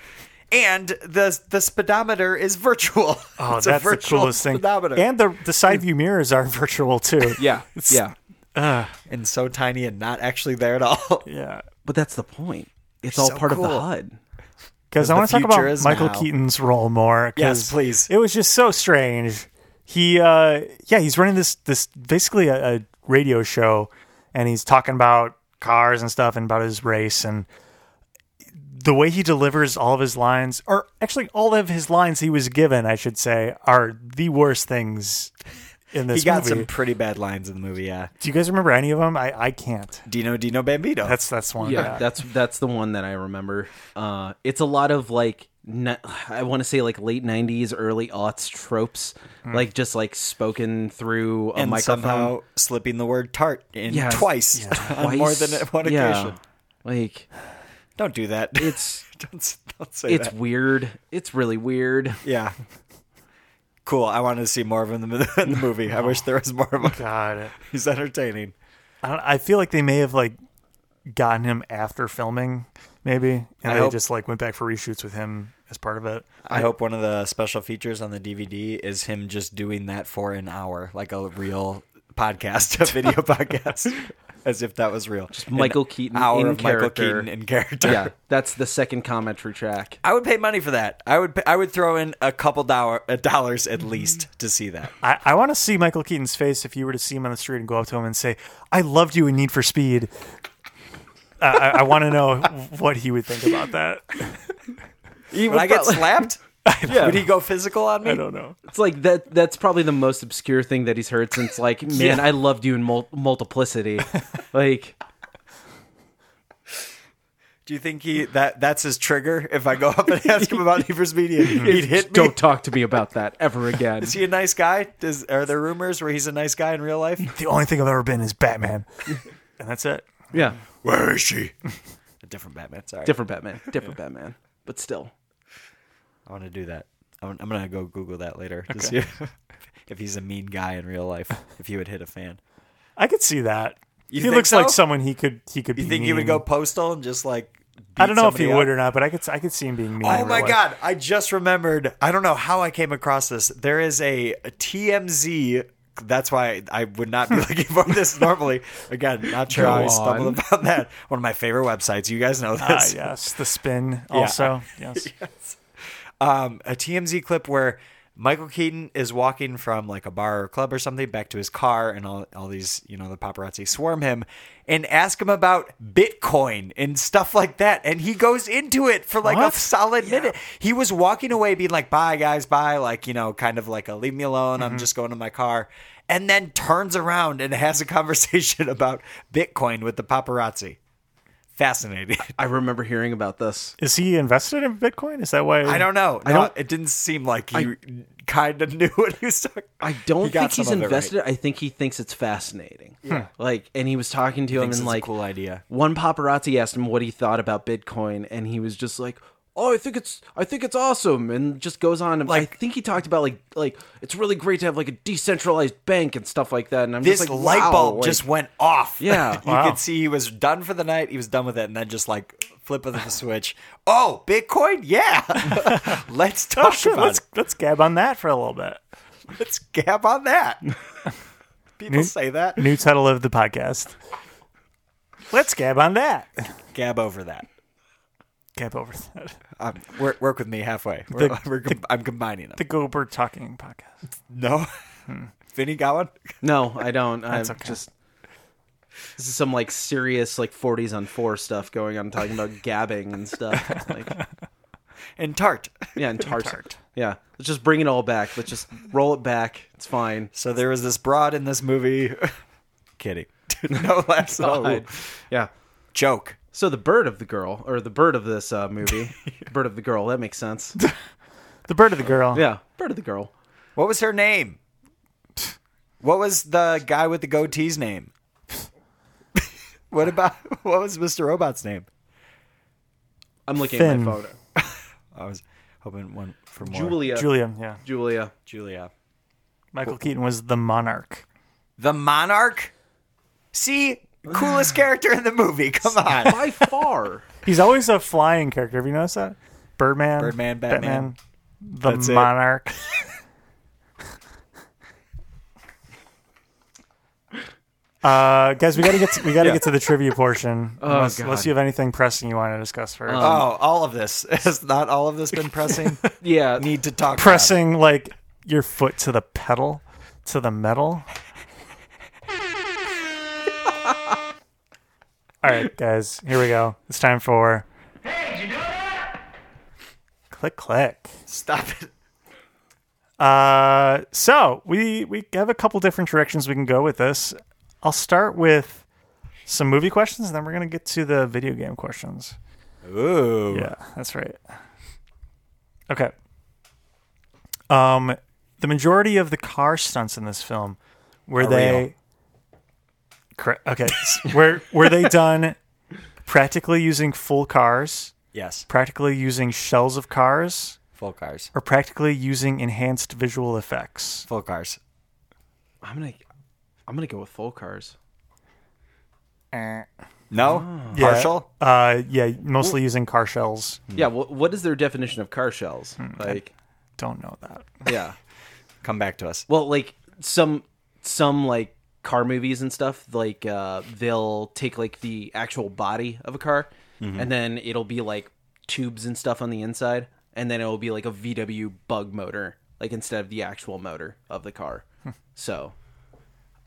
And the the speedometer is virtual.
Oh, that's
it's a
the
virtual
coolest thing.
speedometer.
And the the side view mirrors are [laughs] virtual too.
Yeah, yeah,
And so tiny and not actually there at all. [laughs]
yeah.
but that's the point. It's all
so
part of the
cool.
HUD.
Because I
the
want to talk
future
about
is
Michael
now.
Keaton's role more. 'cause
Yes, please.
It was just so strange. He, uh, yeah, he's running this this basically a, a radio show, and he's talking about cars and stuff and about his race and the way he delivers all of his lines, or actually all of his lines he was given, I should say, are the worst things in this
He got
movie.
some pretty bad lines in the movie, yeah.
Do you guys remember any of them? I, I can't.
Dino Dino Bambino.
That's that's one.
yeah,
Yeah.
[laughs] that's that's the one that I remember. Uh, it's a lot of like ni- I want to say like late '90s, early aughts tropes, like just like spoken through a
Hmm. and
microphone.
somehow slipping the word tart in
Yeah,
twice, [laughs] on more than
Twice.
one occasion.
Yeah. Like
Don't do that. [laughs]
it's
don't, s- don't say
it's
that. [laughs]
weird. It's really weird.
Yeah. cool. I wanted to see more of him in the, in the movie. I wish there was more of him.
God,
He's entertaining.
I, don't, I feel like they may have like gotten him after filming, maybe, and
I
they
hope-
just like went back for reshoots with him as part of it.
I hope one of the special features on the DVD is him just doing that for an hour, like a real podcast, a
[laughs]
video podcast, as if that was real. Just
Michael Keaton
hour
in
of Michael
character.
Keaton in character.
yeah, that's the second commentary track.
I would pay money for that. I would. Pay, I would throw in a couple dollar, uh, dollars at least to see that.
I, I want to see Michael Keaton's face if you were to see him on the street and go up to him and say, "I loved you in Need for Speed." I, I, I want to know [laughs] what he would think about that.
He
Would
would
I get
probably- [laughs]
slapped? Would he go physical on me?
I don't know.
It's like that. That's probably the most obscure thing that he's heard
[laughs]
since, like, man, I loved you in mul- multiplicity. like,
Do you think he that that's his trigger? If I go up
[laughs]
and ask him about Need for Speed, he'd, he'd hit me.
don't talk to me about that ever
[laughs]
again.
Is he a nice guy? Does, are there rumors where he's a nice guy in
[laughs]
real life?
The only thing I've ever been is Batman, and that's it.
yeah,
Where is she? A different Batman. Sorry, [laughs]
different Batman, different Batman, but still.
I want to do that. I'm, I'm gonna go Google that later to see [laughs] if, if he's a mean guy in real life. If he would hit
[laughs]
a fan,
I could see that.
You
he
think
looks like
so?
someone he could he could.
you
be
think he would
mean.
go postal and just like?
I don't know if he would
or.
or not, but I could I could see him being mean. in
Oh
real
my
life.
god! I just remembered. I don't know how I came across this. There is a, a TMZ. That's why I would not be [laughs] looking for this normally. Again, not sure how I
Go
stumbled
on.
upon that. One of my favorite websites. You guys know
Ah,
this.
yes, the
[laughs]
spin also. Yes.
um, a TMZ clip where Michael Keaton is walking from like a bar or club or something back to his car, and all, all these, you know, the paparazzi swarm him and ask him about Bitcoin and stuff like that. And he goes into it for like
What?
a solid minute. He was walking away being like, bye, guys, bye, like, you know, kind of like a leave me alone. I'm just going to my car. And then turns around and [laughs] has a conversation about Bitcoin with the paparazzi. Fascinating.
I remember hearing about this.
Is he invested in Bitcoin? Is that why
I don't know.
I
No,
don't-
It didn't seem like he kind of [laughs] knew what he was talking.
I don't
He got
think he's
some of it
invested. I think he thinks it's fascinating. Yeah. Like, and he was talking to him,
thinks
and
it's a
like,
cool idea.
One paparazzi asked him what he thought about Bitcoin, and he was just like, "Oh, I think it's, I think it's awesome," and just goes on. And
Like-
I think he talked about like, like it's really great to have like a decentralized bank and stuff like that. And I'm
This
just like,
light
wow,
bulb
like-
just went off.
Yeah.
[laughs] you
Wow.
could see he was done for the night. He was done with it, and then just like flip of the [laughs] switch. Oh, Bitcoin? Yeah. [laughs] let's
Oh,
talk
Sure,
about
Oh, let's
it.
let's gab on that for a little bit.
Let's gab on
[laughs]
that. People say that.
New title of the podcast. Let's gab on that.
Gab over that.
Gab over that.
Um, work, work with me halfway. We're,
The-
we're com- I'm combining them.
The Gobert talking podcast.
no.
Hmm.
Vinny got one?
No,
[laughs]
I don't. I'm
okay.
just. This is some like serious like 40s on four stuff going on, talking about gabbing and stuff. It's Like,
And Tart.
Yeah, [laughs] and tart. Yeah, let's just bring it all back. Let's just roll it back. It's fine.
So there was this broad in this movie. [laughs] Kidding. [laughs] no laughs at all.
Fine. Oh, Yeah.
Joke.
So the bird of the girl, or the bird of this uh, [laughs] movie, bird of the girl. That makes [laughs] sense.
The bird of the girl.
Yeah, bird of the girl.
What was her name? What was the guy with the goatee's name? [laughs] what about what was Mr. Robot's name?
I'm looking at
Finn.
my photo.
I was hoping one for more.
Julia.
Julia, yeah.
Julia.
Julia.
Michael Keaton was the monarch.
The Monarch? See,
[sighs]
coolest character in the movie. Come on.
By far.
He's always a flying character. Have you noticed that? Birdman.
Birdman, Batman.
the
That's it. [laughs]
monarch. uh, guys, we gotta get to, we gotta get to the trivia portion. unless, unless
God.
you have anything pressing you want to discuss first.
Oh, all of this. [laughs] Has not all of this been
[laughs]
pressing?
[laughs] Yeah.
Need to talk. about it.
Pressing like your foot to the pedal, to the metal. [laughs] All right, guys, here we go. It's time for. Click, click.
Stop it.
Uh, so we we have a couple different directions we can go with this. I'll start with some movie questions, and then we're gonna get to the video game questions.
Ooh.
Yeah, that's right. Okay. Um, the majority of the car stunts in this film were they
real.
Cor- okay s- were were they done practically using full cars,
Yes.
practically using shells of cars,
Full cars.
are practically using enhanced visual effects.
Full cars.
I'm gonna I'm gonna go with full cars.
No?
Oh. Yeah,
Partial?
Uh, yeah, mostly using car shells.
Yeah. Well, what is their definition of car shells? [laughs] Like,
Don't know that.
yeah.
Come back to us.
Well, like some some like car movies and stuff, like uh, they'll take like the actual body of a car, and then it'll be like tubes and stuff on the inside, and then it'll be like a VW bug motor, like instead of the actual motor of the car. so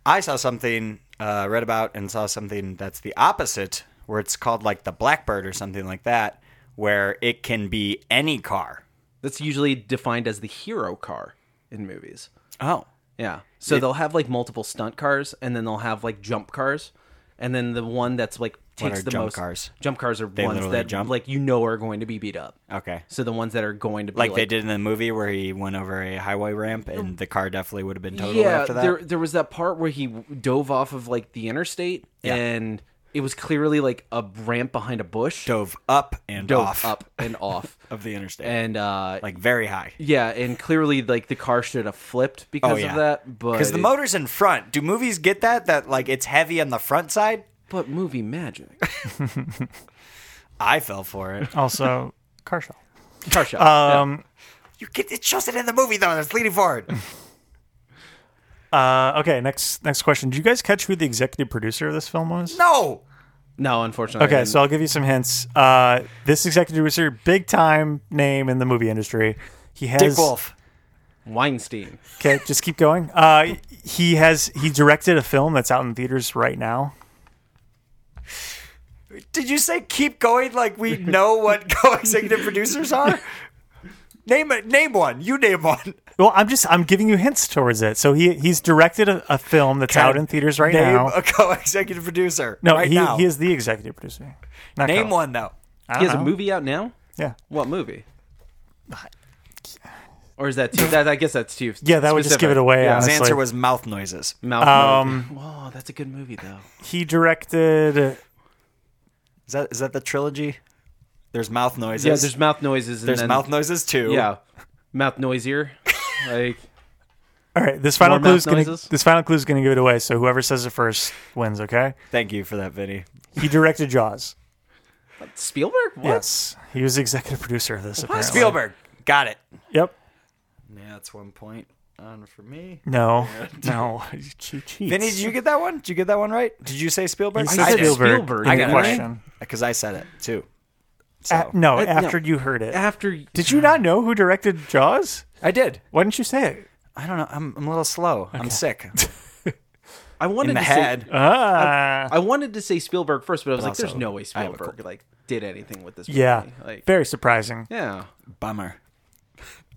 I saw something, uh, read about, and saw something that's the opposite, where it's called like the Blackbird or something like that, where it can be any car.
that's usually defined as the hero car in movies.
Oh.
Yeah. So they'll have like multiple stunt cars, and then they'll have like jump cars, and then the one that's like takes
are
the
jump
most
cars?
Jump cars are ones
literally
that
jump?
like you know are going to be beat up.
Okay.
So the ones that are going to be
Like, they did in the movie where he went over a highway ramp and the car definitely would have been totaled
yeah,
after that.
there there was that part where he dove off of like the interstate, and it was clearly like a ramp behind a bush,
Dove up and
dove
off
up
[laughs]
and off,
of the interstate.
and uh,
like very high. Oh,
yeah, and clearly like the car should have flipped because of that, but
because the
it-
motor's in front. Do movies get that? That like it's heavy on the front side.
but movie
[laughs]
magic
I fell for
[laughs]
it. [laughs]
Also, car shell.
car shot.
Uh,
Um,
you get it shows it in the movie though. That's leaning forward.
[laughs]
uh, okay, next next question. Did you guys catch who the executive producer of this film was?
No,
no, unfortunately, I
Okay,
didn't.
so I'll give you some hints. Uh, this executive producer, big time name in the movie industry. He has
Dick Wolf.
Weinstein.
Okay, just keep going. Uh, he has he directed a film that's out in theaters right now.
Did you say keep going? Like we know what co-executive producers are. Name it. Name one. You name one.
Well, I'm just I'm giving you hints towards it. So he he's directed a, a film that's out in theaters right
name
now.
a co-executive producer.
no,
right
he
now.
he is the executive producer. Not
Name
Kyle.
one though.
I don't
He has
know.
a movie out now.
Yeah.
What movie? Or is that too? That, I guess that's too.
Yeah, that would just give
specific.
it away.
His
honestly.
answer was mouth noises.
Mouth
Um,
movie. Whoa, that's a good movie though.
he directed uh,
Is that is that the trilogy? There's mouth noises.
Yeah, there's mouth noises. And
there's
then,
mouth noises too.
Yeah, mouth noisier. like
All right, this final
More
clue is
mouth
going to
noises?
this final clue is going to give it away. So whoever says it first wins. Okay.
Thank you for that, Vinny.
He directed Jaws.
Spielberg. What?
Yes, he was the executive producer of this. Apparently.
Spielberg. Got it.
Yep.
Yeah, that's one point on for me.
No. [laughs] No. Che- cheats.
Vinny, did you get that one? Did you get that one right? Did you say Spielberg?
He
said
I
said
did.
Spielberg.
Spielberg.
in
I
the
got it.
question.
Because I said it too. So
A- no,
Uh, no.
after you heard it.
After
Did you not know who directed Jaws?
I did.
Why didn't you say it?
I don't know. I'm, I'm a little slow.
[laughs]
I'm sick
I wanted
in the
to
head.
Say,
Ah.
I wanted to say Spielberg first, but I was like,
also,
"There's no way
I have a
Spielberg like did anything with this." Movie.
yeah.
Like,
Very surprising.
yeah.
Bummer.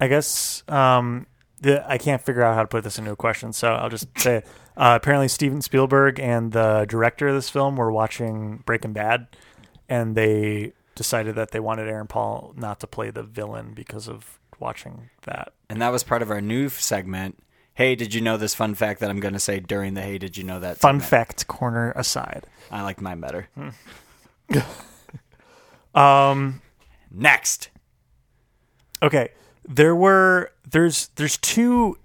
I guess um, the, I can't figure out how to put this into a question, so I'll just say it. Uh, apparently, Steven Spielberg and the director of this film were watching Breaking Bad, and they decided that they wanted Aaron Paul not to play the villain because of watching that.
And that was part of our new segment. Hey, did you know this fun fact that I'm going to say during the Hey, did you know that?
Fun
segment?
fact corner aside.
I like mine better.
[laughs] Um,
Next.
Okay, there were there's there's two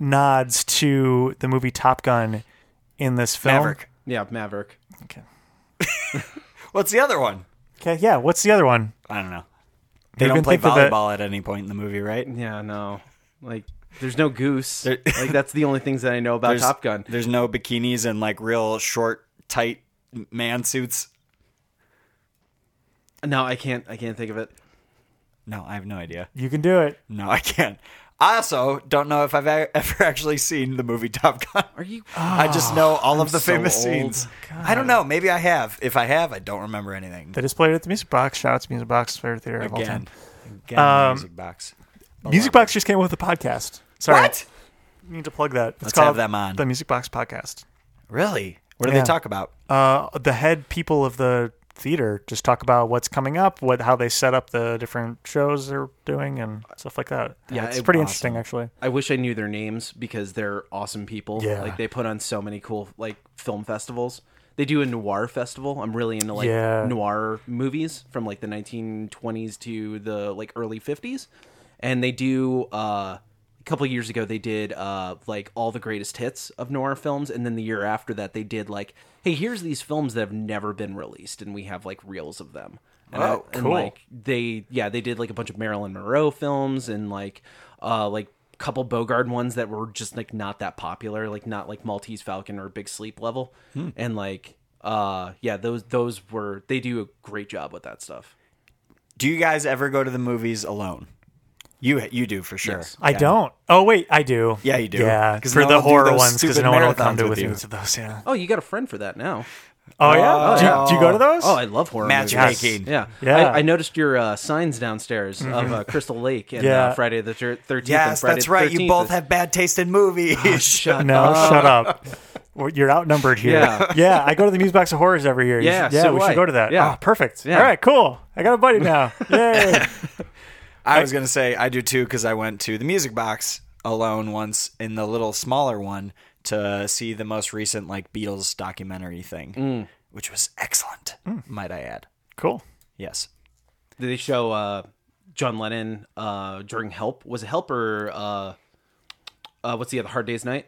nods to the movie Top Gun in this film.
Maverick.
Yeah, Maverick.
Okay.
What's the other one?
Okay, yeah. What's the other one?
I don't know. They
You're
don't
gonna
play
think of the-
volleyball at any point in the movie, right?
Yeah, no. Like, there's no goose.
There-
like, that's the only things that I know about
There's-
Top Gun.
There's no bikinis and like real short, tight man suits.
No, I can't. I can't think of it.
No, I have no idea.
You can do it.
No, I can't. I also don't know if I've e- [laughs] ever actually seen the movie Top Gun.
Are you?
I just know all of the
Ah, so
famous
old.
scenes. I don't know. Maybe I have. If I have, I don't remember anything.
They just played it at the Music Box. Shout out to Music Box, favorite theater of all time.
Again, again,
Um,
the music box.
Music Box just came with a podcast. Sorry,
What?
You need to plug that. It's
Let's
called
have them on.
The Music Box podcast.
Really? What do
Yeah.
they talk about?
Uh, the head people of the theater just talk about what's coming up, what how they set up the different shows they're doing, and stuff like that.
Yeah,
it's
it-
pretty
awesome.
interesting actually.
I wish I knew their names because they're awesome people.
Yeah.
Like they put on so many cool like film festivals. They do a noir festival. I'm really into like
Yeah.
noir movies from like the 1920s to the like early 50s, and they do. Uh, a couple of years ago, they did uh, like all the greatest hits of noir films, and then the year after that, they did like, hey, here's these films that have never been released, and we have like reels of them. And
Oh,
and,
cool.
like, they yeah they did like a bunch of Marilyn Monroe films and like uh like couple Bogard ones that were just like not that popular like not like Maltese Falcon or Big Sleep level
Hmm.
and like uh yeah those those were they do a great job with that stuff.
Do you guys ever go to the movies alone? You you do for sure.
Yes.
I don't. Oh wait, I do.
Yeah, you do.
Yeah,
'Cause
for
no
the
one will do
horror
those
ones because
stupid
no one will come
marathons
to
with
with
you.
me to those. Yeah.
Oh, you got a friend for that now.
Oh yeah. Do you, do you go to those?
Oh, I love horror. movies.
Matchmaking.
Yeah,
Yeah. Mm-hmm.
I, I noticed your uh, signs downstairs of uh, Crystal Lake and
Yeah.
uh, Friday the Thirteenth.
Yes,
Friday
that's
the
right. You
13th.
both have bad taste in movies.
[laughs] Shut
no,
uh,
shut
[laughs]
up. Well, You're outnumbered here.
Yeah.
[laughs] Yeah, I go to the Muse Box of Horrors every year. You
Yeah,
should- yeah,
so
we
do
should
I.
go to that.
Yeah.
Oh, perfect.
Yeah.
All right, cool. I got a buddy
[laughs]
now. Yay.
I was gonna say I do too because I went to the music box alone once in the little smaller one to see the most recent like Beatles documentary thing, which was excellent, might I add.
cool.
Yes,
Did they show uh, John Lennon uh, during Help? Was it Help or uh, uh, what's the other Hard Day's Night?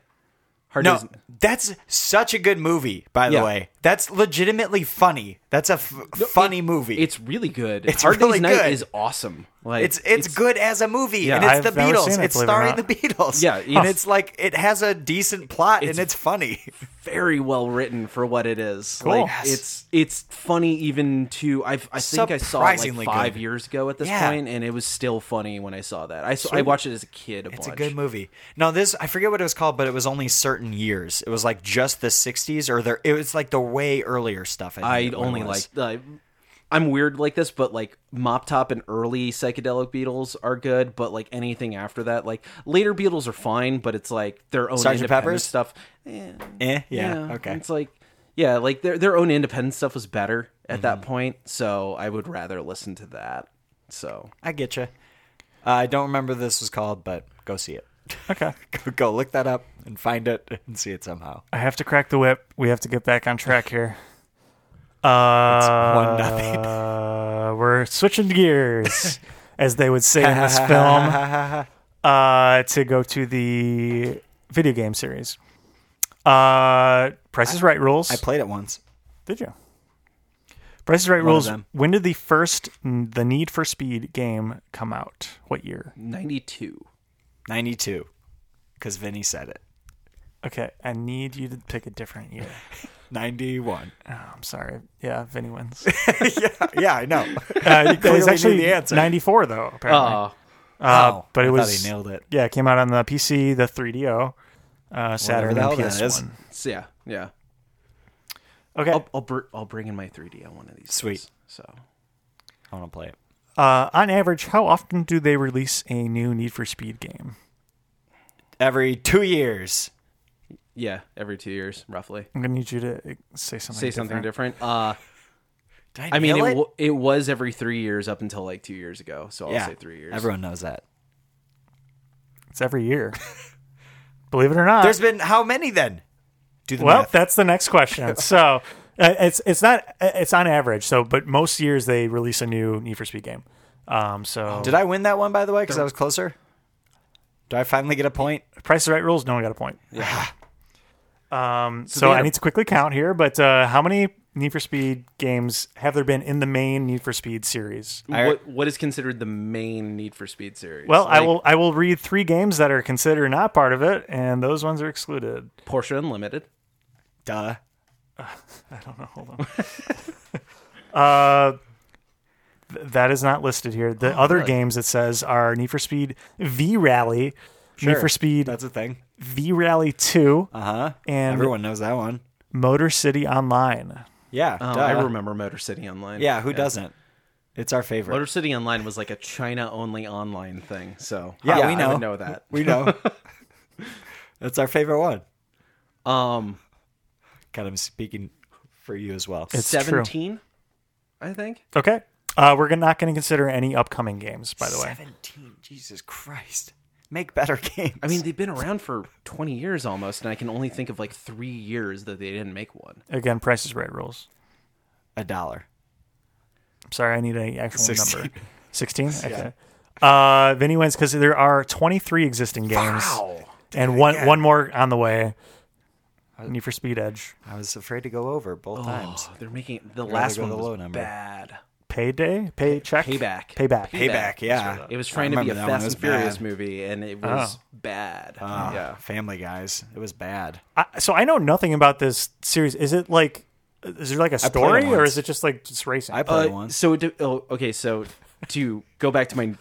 Hard
no,
Day's
that's such a good movie. By the
Yeah.
way, that's legitimately funny. That's a f- funny movie.
It's really good.
It's
Hard
really
Day's Night
good.
is awesome. Like
It's it's, good as a movie, and it's
I've
the
never
Beatles.
seen it,
it's
believe it or
starring the
not.
Beatles. [laughs]
Yeah,
and
it's-
it's like it has a decent plot and it's funny.
very well written for what it is. Like
Yes.
it's it's funny even to I've I think I saw it
Surprisingly
like five
good.
years ago at this
Yeah.
point, and it was still funny when I saw that. I saw, I watched it as a kid. A
It's a
bunch.
good movie. No, this I forget what it was called, but it was only certain years. It was like just the '60s, or there. It was like the way earlier stuff. think
I
it
only
was.
like uh, I'm weird like this, but like Mop Top and early psychedelic Beatles are good, but like anything after that, like later Beatles are fine, but it's like their own
Sgt.
independent
Pepper's?
stuff. Eh,
Eh, yeah, okay.
It's like yeah, like their their own independent stuff was better at
Mm-hmm.
that point, so I would rather listen to that. So
I get you. Uh, I don't remember what this was called, but go see it. [laughs]
Okay.
go, go look that up and find it and see it somehow.
I have to crack the whip. We have to get back on track here.
It's
Uh,
one nothing.
uh, we're switching gears,
[laughs]
as they would say in this film, uh, to go to the video game series. Uh, Price is Right rules.
I played it once.
Did you? Price is Right
of
rules.
them.
When did the first the Need for Speed game come out? What year?
ninety two.
'92, because Vinny said it.
Okay, I need you to pick a different
[laughs]
year.
'91.
Oh, I'm sorry. Yeah, Vinny wins.
[laughs] yeah, [laughs] I
[laughs]
know.
Uh, it was
knew
actually
the answer.
94 though. Apparently.
Oh,
Uh,
Oh,
but it
I thought
was
he nailed it.
Yeah, it came out on the PC, the 3DO, uh, Saturn,
the
and
hell that is. Oh.
PS1.
so yeah, yeah.
Okay,
I'll I'll, br- I'll bring in my three D on one of these.
Sweet.
days, so
I want to play it.
uh, on average, how often do they release a new Need for Speed game?
Every two years.
yeah, every two years roughly.
I'm gonna need you to uh, say something.
Say something different. Uh,
Did
I mean,
nail
it,
it?
w- it was every three years up until like two years ago. So I'll
yeah,
say three years.
Everyone knows that.
It's every year. [laughs] Believe it or not.
There's been how many then? Do the
well,
math.
that's the next
[laughs]
question. so uh, it's it's not uh, it's on average. So, but most years they release a new Need for Speed game. Um, so
Did I win that one by the way? Because I was closer. Do I finally get a point?
Price is Right rules. No one got a point. [sighs] um, so
they
I
had a-
need to quickly count here, but uh, how many Need for Speed games have there been in the main Need for Speed series?
I-
what, what is considered the main Need for Speed series?
Well, I
Like,
will I will read three games that are considered not part of it, and those ones are excluded.
Porsche Unlimited.
Duh.
[laughs] Uh, th- that is not listed here. The other
really?
games it says are Need for Speed V Rally, Need
Sure.
for Speed
That's a thing.
V Rally Two,
Uh huh.
and
Everyone knows that one.
Motor City Online.
Yeah.
Oh,
duh.
I remember Motor City Online.
Yeah. Who doesn't? It's our favorite.
Motor City Online was like a China only online thing. So
Yeah, we
I- I
know.
would know that.
we
[laughs]
know. That's our favorite one.
Um,
Kind of speaking for you as well.
It's true.
seventeen, I think.
Okay. Uh, we're gonna- not going to consider any upcoming games, by the way.
seventeen. Jesus Christ. Make better [laughs] games.
I mean, they've been around for 20 years almost, and I can only think of like three years that they didn't make one.
Again, Price is Right rules.
a dollar.
I'm sorry, I need an actual
16.
number. 16? Okay. Uh, Vinny wins because there are 23 existing games. And one, one more on the way. Need for Speed Edge.
I was afraid to go over both times.
Oh, they're making the last
go
one
the
was
low number.
bad.
Payday? Paycheck?
Payback.
Payback.
Payback, yeah.
It was
I
trying to be
remember
a
that one.
Fast
It was
and Furious Oh.
bad.
movie, and it was bad.
Ah,
yeah.
Family Guys. It was bad.
I, so I know nothing about this series. Is it like, is there like a story or
once.
is it just like just racing?
I played
Uh,
one.
so it de- oh, okay, so to go back to my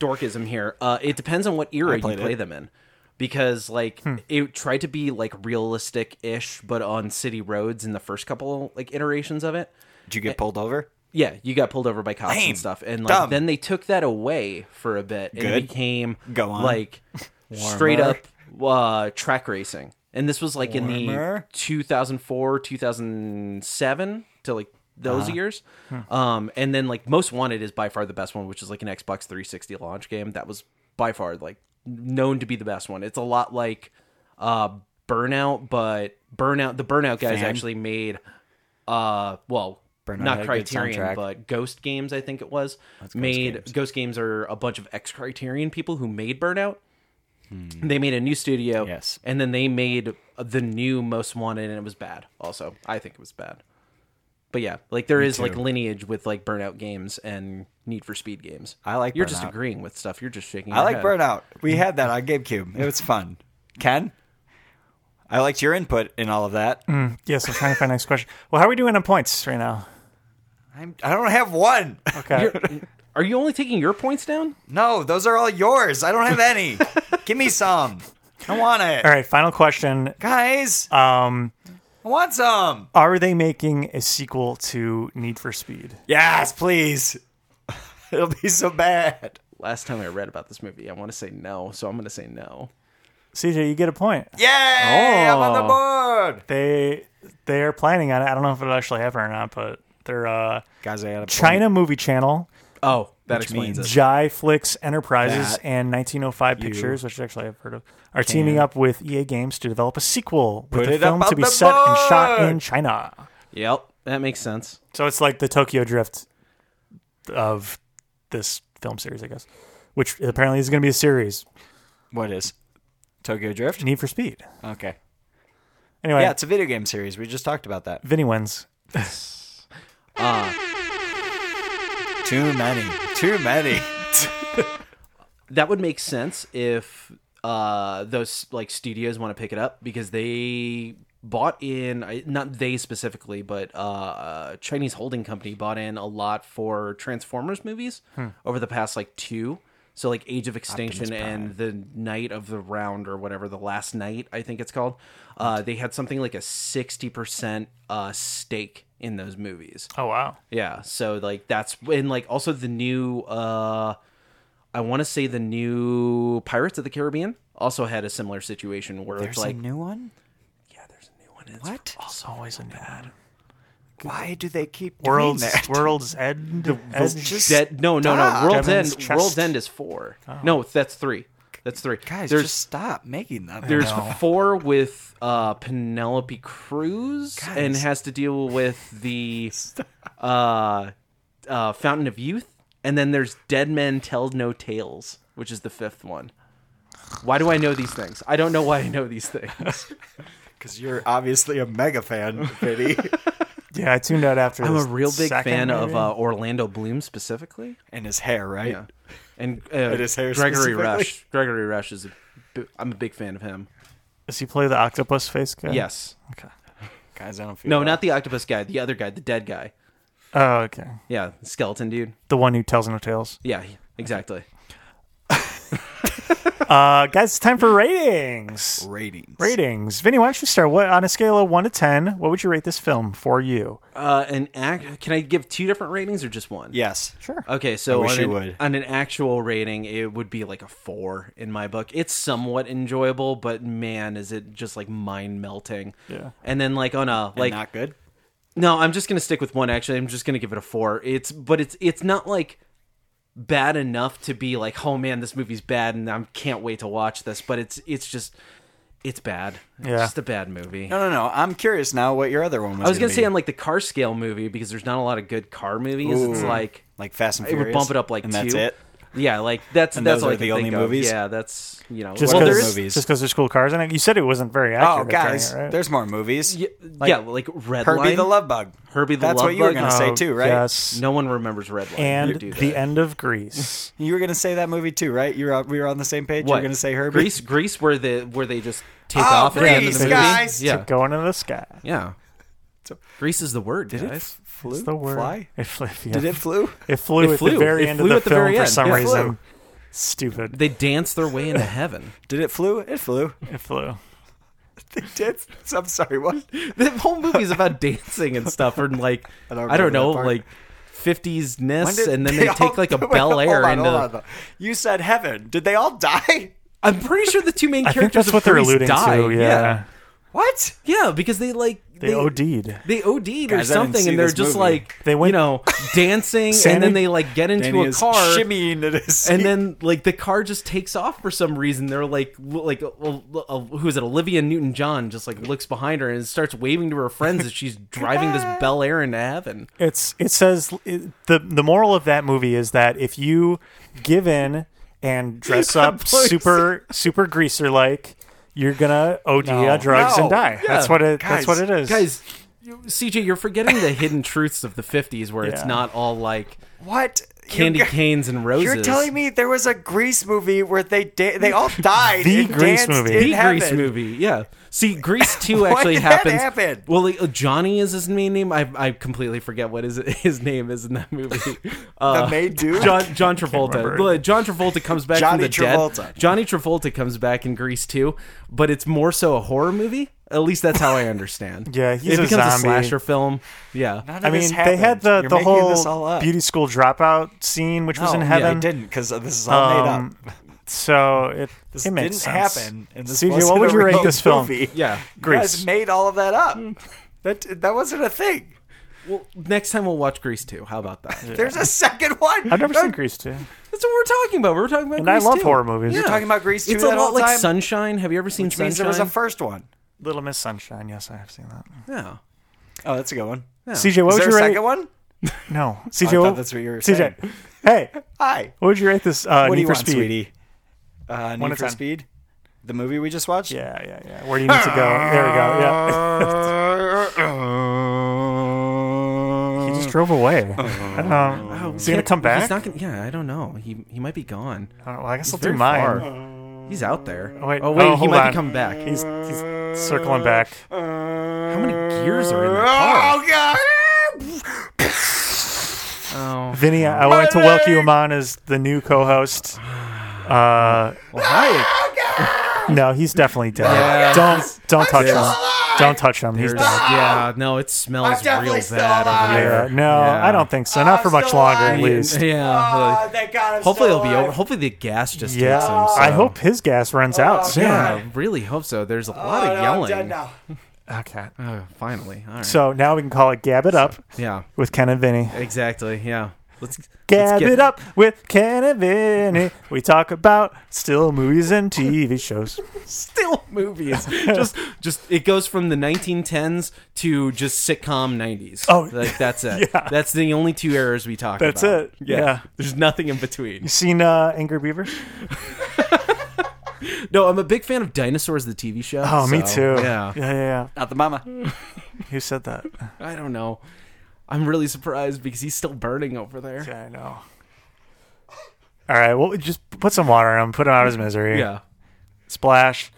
dorkism here, uh, it depends on what era you
played
play
it.
them in, because like it tried to be like realistic ish, but on city roads in the first couple like iterations of it.
Did you get pulled over?
Yeah, you got pulled over by cops
Lame.
and stuff, and like
Dumb.
then they took that away for a bit, and
Good.
it became
Go on. [laughs]
like straight up uh, track racing. And this was like in the
Warmer.
2004, 2007 to like those
Uh-huh.
years. Um, and then like Most Wanted is by far the best one, which is like an Xbox 360 launch game. That was by far like known to be the best one. It's a lot like uh, Burnout, but Burnout the Burnout guys
Fan?
actually made uh well
Burnout had a
not
good
Criterion
soundtrack.
but Ghost Games I think it was made
Games.
Ghost Games are a bunch of ex Criterion people who made Burnout. They made a new studio,
Yes.
and then they made the new Most Wanted, and it was bad. Also, I think it was bad. But yeah, like there is like
too.
lineage with like Burnout games and Need for Speed games.
I like
You're just
Burnout.
agreeing with stuff. You're just shaking.
I
your
like
head.
Burnout. We had that on GameCube. It was fun. Ken, I liked your input in all of that.
yes, I'm trying to find next question. Well, how are we doing on points right now?
I'm, I don't have one.
Okay.
Are you only taking your points down?
No, those are all yours. I don't have [laughs] any. Give me some. I want it,
All right, final question.
guys. Um, I want some.
Are they making a sequel to Need for Speed?
Yes, please. [laughs] It'll be so bad.
Last time I read about this movie, I want to say no, so I'm going to say no.
CJ, you get a point.
Yay! I'm on the board.
They they are planning on it. I don't know if it'll actually happen or not, but they're uh,
Guys, I got a
China Movie Channel,
Oh, that
explains
explains it.
Jai Flix Enterprises,
That
and 1905 Pictures, which actually I've heard of, are teaming up with EA Games to develop a sequel with
Put
the
it up
film
on
to be
the
set and shot
board!
in China.
Yep, that makes sense.
So it's like the Tokyo Drift of this film series, I guess, which apparently is going to be a series.
What is Tokyo Drift?
Need for Speed.
Okay.
Anyway,
Yeah, it's a video game series. We just talked about that.
Vinny wins.
Too many. Too many.
That would make sense if uh those like studios want to pick it up because they bought in I- not they specifically but uh a Chinese holding company bought in a lot for Transformers movies over the past like 2 so like Age of Extinction and the Night of the Round or whatever the last night I think it's called uh they had something like a 60% uh stake in those movies
Oh wow.
Yeah. So like that's and like also the new uh I want to say the new Pirates of the Caribbean also had a similar situation where
There's
it's like
a new one.
yeah, there's a new one. It's
What?
It's always a bad
Why do they keep
world's
doing that?
world's end. [laughs] Edge?
Just
Dead, no, no,
stop.
no. World's
Devin's
End.
chest.
World's End is 4. No, that's 3. That's
[laughs]
3.
Oh. Guys,
there's
just stop making them.
there's 4 with uh Penelope Cruz and
Guys.
has to deal with the uh uh Fountain of Youth and then there's Dead Men Tell No Tales, which is the fifth one. Why do I know these things? I don't know why I know
[laughs]
these things.
because you're obviously a mega [laughs] fan, Vinny.
yeah, I tuned out after.
I'm a
this
real big
second,
fan of
maybe.
uh, Orlando Bloom specifically.
and his hair, right?
[laughs]
Yeah. And uh,
his hair
Gregory
specifically?
Rush. Gregory Rush is a bi- I'm a big fan of him.
Does he play the octopus face guy?
Yes.
Okay.
Guys, I don't feel
No,
well.
not the octopus guy, the other guy, the dead guy.
Oh, okay.
Yeah, the skeleton dude.
The one who tells no tales.
Yeah, exactly.
Uh, guys, it's time for ratings.
ratings.
Ratings. Vinny, why don't you start? What on a scale of one to ten, what would you rate this film for you?
Uh an act can I give two different ratings or just one?
Yes, Uh,
Sure.
Okay, so
I wish
on
you
an,
would.
on an actual rating, it would be like a four in my book. It's somewhat enjoyable, but man, is it just like mind melting.
Yeah.
And then like on a like
not good.
No, I'm just gonna stick with one. Actually, I'm just gonna give it a four. It's but it's it's not like bad enough to be like, oh man, this movie's bad, and I can't wait to watch this. But it's it's just it's bad. It's
Yeah.
just a bad movie.
No, no, no. I'm curious now what your other one was.
I was
going
gonna
to
say on like the car scale movie because there's not a lot of good car movies. It's like
like Fast and
it
Furious.
would bump it up like
and
two.
that's it.
Yeah, like that's
And
that's
those
all
are
I can
the only
think of.
movies?
Yeah, that's you know
Just
Well, there
because
is-
just because there's cool cars in it. You said it wasn't very accurate.
Oh, guys,
apparently, right?
there's more movies.
yeah, like, Red
Herbie
Line.
the Love Bug.
Herbie the
That's
Love
what you were
Bug?
going to say
Oh,
too, right?
Yes.
no one remembers Red Line. You
And
do that.
the end of
[laughs]
Greece.
You were going to say that movie too, right? You were we were on the same page. You
What?
were going to say Herbie.
Grease, Grease, where the where they just take
Oh,
off at the end of
Grease,
the movie.
guys!
Yeah,
to go into the sky.
yeah.
So-
Grease is the word,
Did it
guys.
f- flew?
It's the word.
Fly?
It flew. yeah.
Did it flew?
It flew
It
at
flew.
the very
It
end of
flew at the
the, film
very
for
end.
some
It
reason.
flew.
Stupid.
They dance their way into heaven.
Did it flew? It flew. [laughs]
It flew.
They did. I'm sorry. What?
the whole
[laughs]
movie's about dancing and stuff, and like I
I
don't,
don't remember
know,
that part.
like fifties
When
ness,
did
and then
[laughs]
they,
all-
take like a
wait,
Bel Air
hold on,
into.
hold on, though. you said heaven. Did they all die? [laughs]
I'm pretty sure the two main
I think
characters
that's
of
what they're
Grease
alluding
die.
to. Yeah.
What?
yeah, because they like
They OD'd.
They OD'd
Guys,
or
I didn't
something,
see
and they're
this
just
movie.
like
They
you
went-
[laughs]
know dancing, and
Sandy-
then they like get into
Danny
a
is
car,
shimmying it is.
and then like the car just takes off for some reason. They're like like uh, uh, who is it? Olivia Newton John just like looks behind her and starts waving to her friends as she's
[laughs]
driving this Bel Air into heaven.
It's it says it, the the moral of that movie is that if you give in [laughs] and dress up
Please.
super super greaser like, you're gonna OD
No.
on drugs and
No.
die. That's what it.
Guys,
that's what it is.
Guys, you- CJ, you're forgetting
[laughs]
the hidden truths of the '50s, where it's
Yeah.
not all like
what?
candy
You're-
canes and roses.
You're telling me there was a Grease movie where they da- they all died.
The
and
Grease
danced
movie.
in
the
heaven.
Grease movie. Yeah.
[laughs]
See, Grease two
Why
actually
did that
happens.
happen?
Well, like, uh, Johnny is his main name. I I completely forget what his [laughs] his name is in
[laughs]
that movie. [laughs] Uh,
main dude? [laughs]
John John Travolta.
remember.
Well, John Travolta comes back from
Johnny
the dead.
Travolta.
Johnny Travolta comes back in Grease two, but it's more so a horror movie. At least that's how
[laughs]
I understand.
Yeah, he's
it
a
becomes
zombie.
slasher film. Yeah.
None of
I mean,
this
they had
happened.
the
You're
the
making
whole
this all up.
beauty school dropout scene, which was in
No, yeah,
heaven.
they didn't because this is all made up.
Um, So it
This
it
didn't
makes sense.
happen. And this
CJ,
wasn't
what would
a
you rate
real
this film?
movie.
Yeah.
You guys
Grease.
made all of that up. That that wasn't a thing.
Well, next time we'll watch Grease two. How about that?
There's a second one.
I've never
No,
seen Grease too.
That's what we're talking about. We're talking about.
And I
Grease
love
2.
horror movies. You're
talking about Grease 2
It's a
that
lot
whole
like
time?
Sunshine. Have you ever seen
Which means
Sunshine?
there was a first one.
Little Miss Sunshine. Yes, I have seen that.
yeah.
Oh, that's a good one.
CJ, what would
Is there a
you rate?
second one? Oh,
No, CJ.
thought
what-
that's what you were
CJ. Hey,
Hi.
what would you rate this? Uh,
What do
Need
you
for
want,
Speed?
sweetie? Uh, Need
to
for
ten.
Speed, the movie we just watched.
Yeah, yeah, yeah. Where do you need to go? There we go. Yeah. [laughs] he just drove away.
Oh.
I don't know. Is he gonna
Can't-
come back?
Oh, He's not gonna, yeah, I don't know. He he might be gone.
I don't know. Well, I guess I'll
very
do mine.
far. He's out there.
Oh, wait.
oh wait,
Oh,
he
hold
might be
on.
come back.
He's, he's circling back.
How many gears are in
Oh,
Oh,
that car?
[laughs]
Oh,
Vinny, I wanted to welcome you on as the new co-host. Uh,
well, hi.
no, he's definitely dead.
Yeah.
Don't don't touch
still
him. Don't touch him. He's
There's-
dead.
yeah, no, it smells
I'm
real
definitely still
bad over
alive.
Yeah,
there.
no,
Yeah.
I don't think so. Not for
I'm
much
still
longer, at
alive.
least.
[laughs] Yeah.
Oh, thank God! I'm
hopefully
still
it'll be
alive.
over. Hopefully the gas just
Yeah,
takes him. So. Oh,
I hope his gas runs out soon.
Yeah, I really hope so. There's a
Oh,
lot
no,
of
I'm
yelling.
done now.
Okay.
Oh, finally. All right.
So now we can call it Gab It Up
yeah,
with Ken and Vinny.
exactly. Yeah. Let's
Gab
let's get-
It Up with Ken and Vinny. We talk about still movies and TV shows.
Still
[laughs]
movies. just just it goes from the 1910s to just sitcom 90s.
Oh. [laughs]
like that's it. That's the only two eras we talk
That's
about.
it. Yeah.
There's nothing in between.
Seen uh, Angry Beaver?
No, I'm a big fan of Dinosaurs the TV show.
Oh, me
so,
too.
Yeah.
yeah, yeah,
Not the mama.
yeah. Who said that?
I don't know. I'm really surprised because he's still burning over there.
Yeah, I know. All right, well, just put some water on him. Put him out of his misery.
Yeah.
Splash.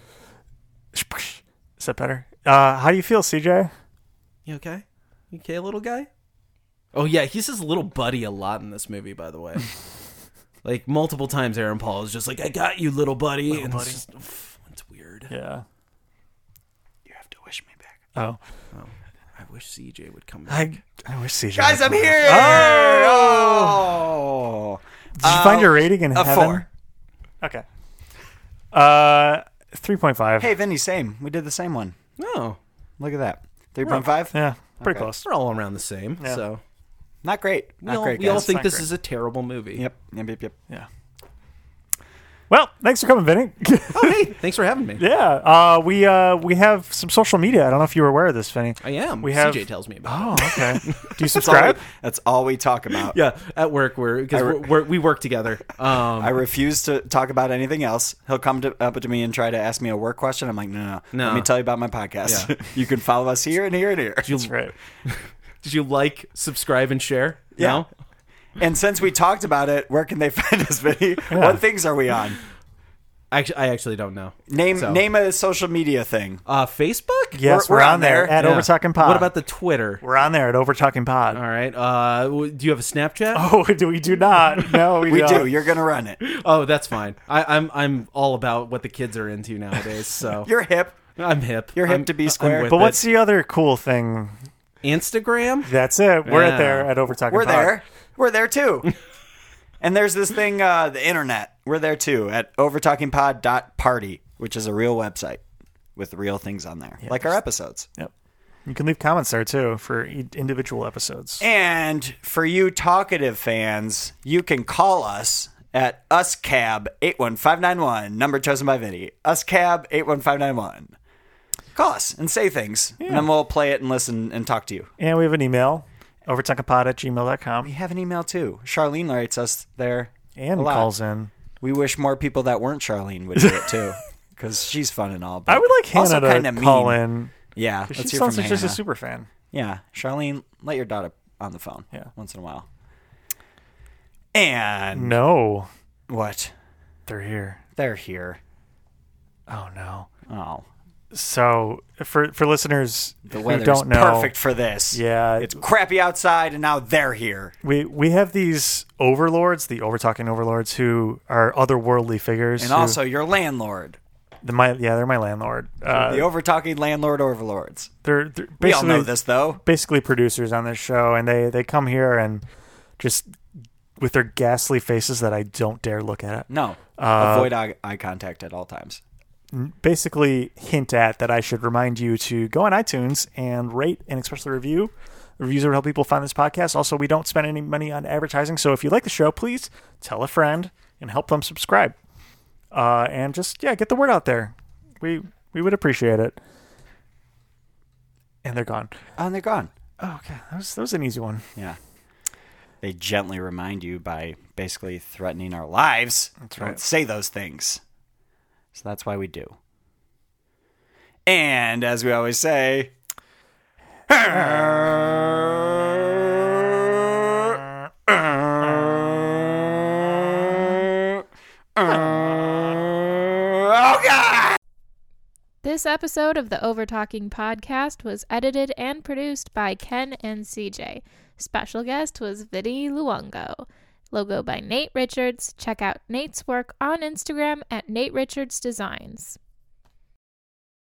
Splash. Is that better? Uh, how do you feel, CJ?
You okay? You okay, little guy? Oh yeah, he says little buddy a lot in this movie, by the [laughs] way. like multiple times Aaron Paul is just like, I got you, little buddy. and It's, just, pff, it's weird.
Yeah.
You have to wish me back,
Oh,
I wish CJ would come back.
I, I wish CJ.
guys. I'm here. Oh.
Did you find your rating in
a
heaven?
four.
Okay. Uh, three point five.
Hey, Vinny, same. We did the same one.
No.
Look at that. Three point five.
Yeah, pretty close.
We're all around the same. So
Not great.
We
Not
all,
great.
we all
guys.
think
not
this
great.
is a terrible movie.
Yep. Yep. Yep. Yep.
Yeah. Well, thanks for coming, Vinny. [laughs]
Oh, hey, thanks for having me.
yeah, uh, we uh, we have some social media. I don't know if you were aware of this, Vinny.
I am.
We have-
CJ tells
[gasps]
me about. it.
Oh, okay. [laughs] Do you
That's all,
subscribe?
we, that's all we talk about.
Yeah, at work we're because
re-
we're, we're, we
[laughs]
work together. Um,
I refuse to talk about anything else. He'll come to, up to me and try to ask me a work question. I'm like, no, no, no.
No.
Let me tell you about my podcast.
Yeah.
[laughs] you can follow us here and here and here.
did,
That's
you,
right.
did you like, subscribe, and share?
Yeah.
No?
And since we talked about it, where can they [laughs] find us, Vinny? What things are we on?
Actually, I actually don't know.
Name
So-
name a social media thing.
Uh, Facebook?
Yes, we're,
we're
on
on
there,
there.
at
Yeah.
Over Talking Pod.
What about the Twitter?
We're on there at Over Talking Pod.
All right. Uh, w- do you have a Snapchat? Oh,
[laughs] Oh, do we do not?
[laughs]
No, we,
We
don't.
do. You're gonna run it.
Oh, that's fine. I, I'm I'm all about what the kids are into nowadays. So
[laughs] You're hip.
I'm hip.
you're hip
I'm-
to be
I'm
square.
with
But
it.
what's the other cool thing?
Instagram?
That's it. We're at
Yeah.
there at Over Talking
We're
Pod.
there. We're there too. and there's this thing, uh, the internet. We're there too at overtalkingpod.party, which is a real website with real things on there, like our episodes.
Yep. You can leave comments there too for e- individual episodes.
And for you talkative fans, you can call us at uscab 81591, number chosen by Vinny. Uscab 81591. Call us and say things, and then we'll play it and listen and talk to you.
And we have an email, overtalkingpod at gmail.com,
We have an email too. Charlene writes us there
and
a lot.
calls in.
We wish more people that weren't Charlene would do
[laughs]
it too, because she's fun and all. But
I would like
also
Hannah to
kinda mean.
call in.
Yeah,
She
let's hear from
sounds like
Hannah.
she's a super fan.
yeah, Charlene, let your daughter on the phone.
Yeah.
once in a while. And
No,
what?
they're here.
They're here.
Oh no.
Oh,
So for for listeners
the
who
weather's
don't know,
perfect for this.
Yeah,
it's crappy outside, and now they're here.
we we have these overlords, the overtalking overlords, who are otherworldly figures.
And
who-
also your landlord,
the, my yeah, they're my landlord. Uh,
the overtalking landlord overlords.
they're, they're basically
We all know this though.
basically producers on this show, and they they come here and just with their ghastly faces that I don't dare look at,
No,
Uh,
avoid eye, eye contact at all times.
basically hint at that I should remind you to go on iTunes and rate and especially review. Reviews will help people find this podcast. Also, we don't spend any money on advertising, so if you like the show, please tell a friend and help them subscribe. Uh, and just yeah, get the word out there. We we would appreciate it. And they're gone.
And they're gone.
Oh, okay, that was that was an easy one. [laughs]
Yeah. They gently remind you by basically threatening our lives. That's
right.
Don't say those things. So that's why we do. And as we always say, oh God!
This episode of the Over Talking podcast was edited and produced by Ken and CJ. Special guest was Vidi Luongo. Logo by Nate Richards. Check out Nate's work on Instagram at Nate Richards Designs.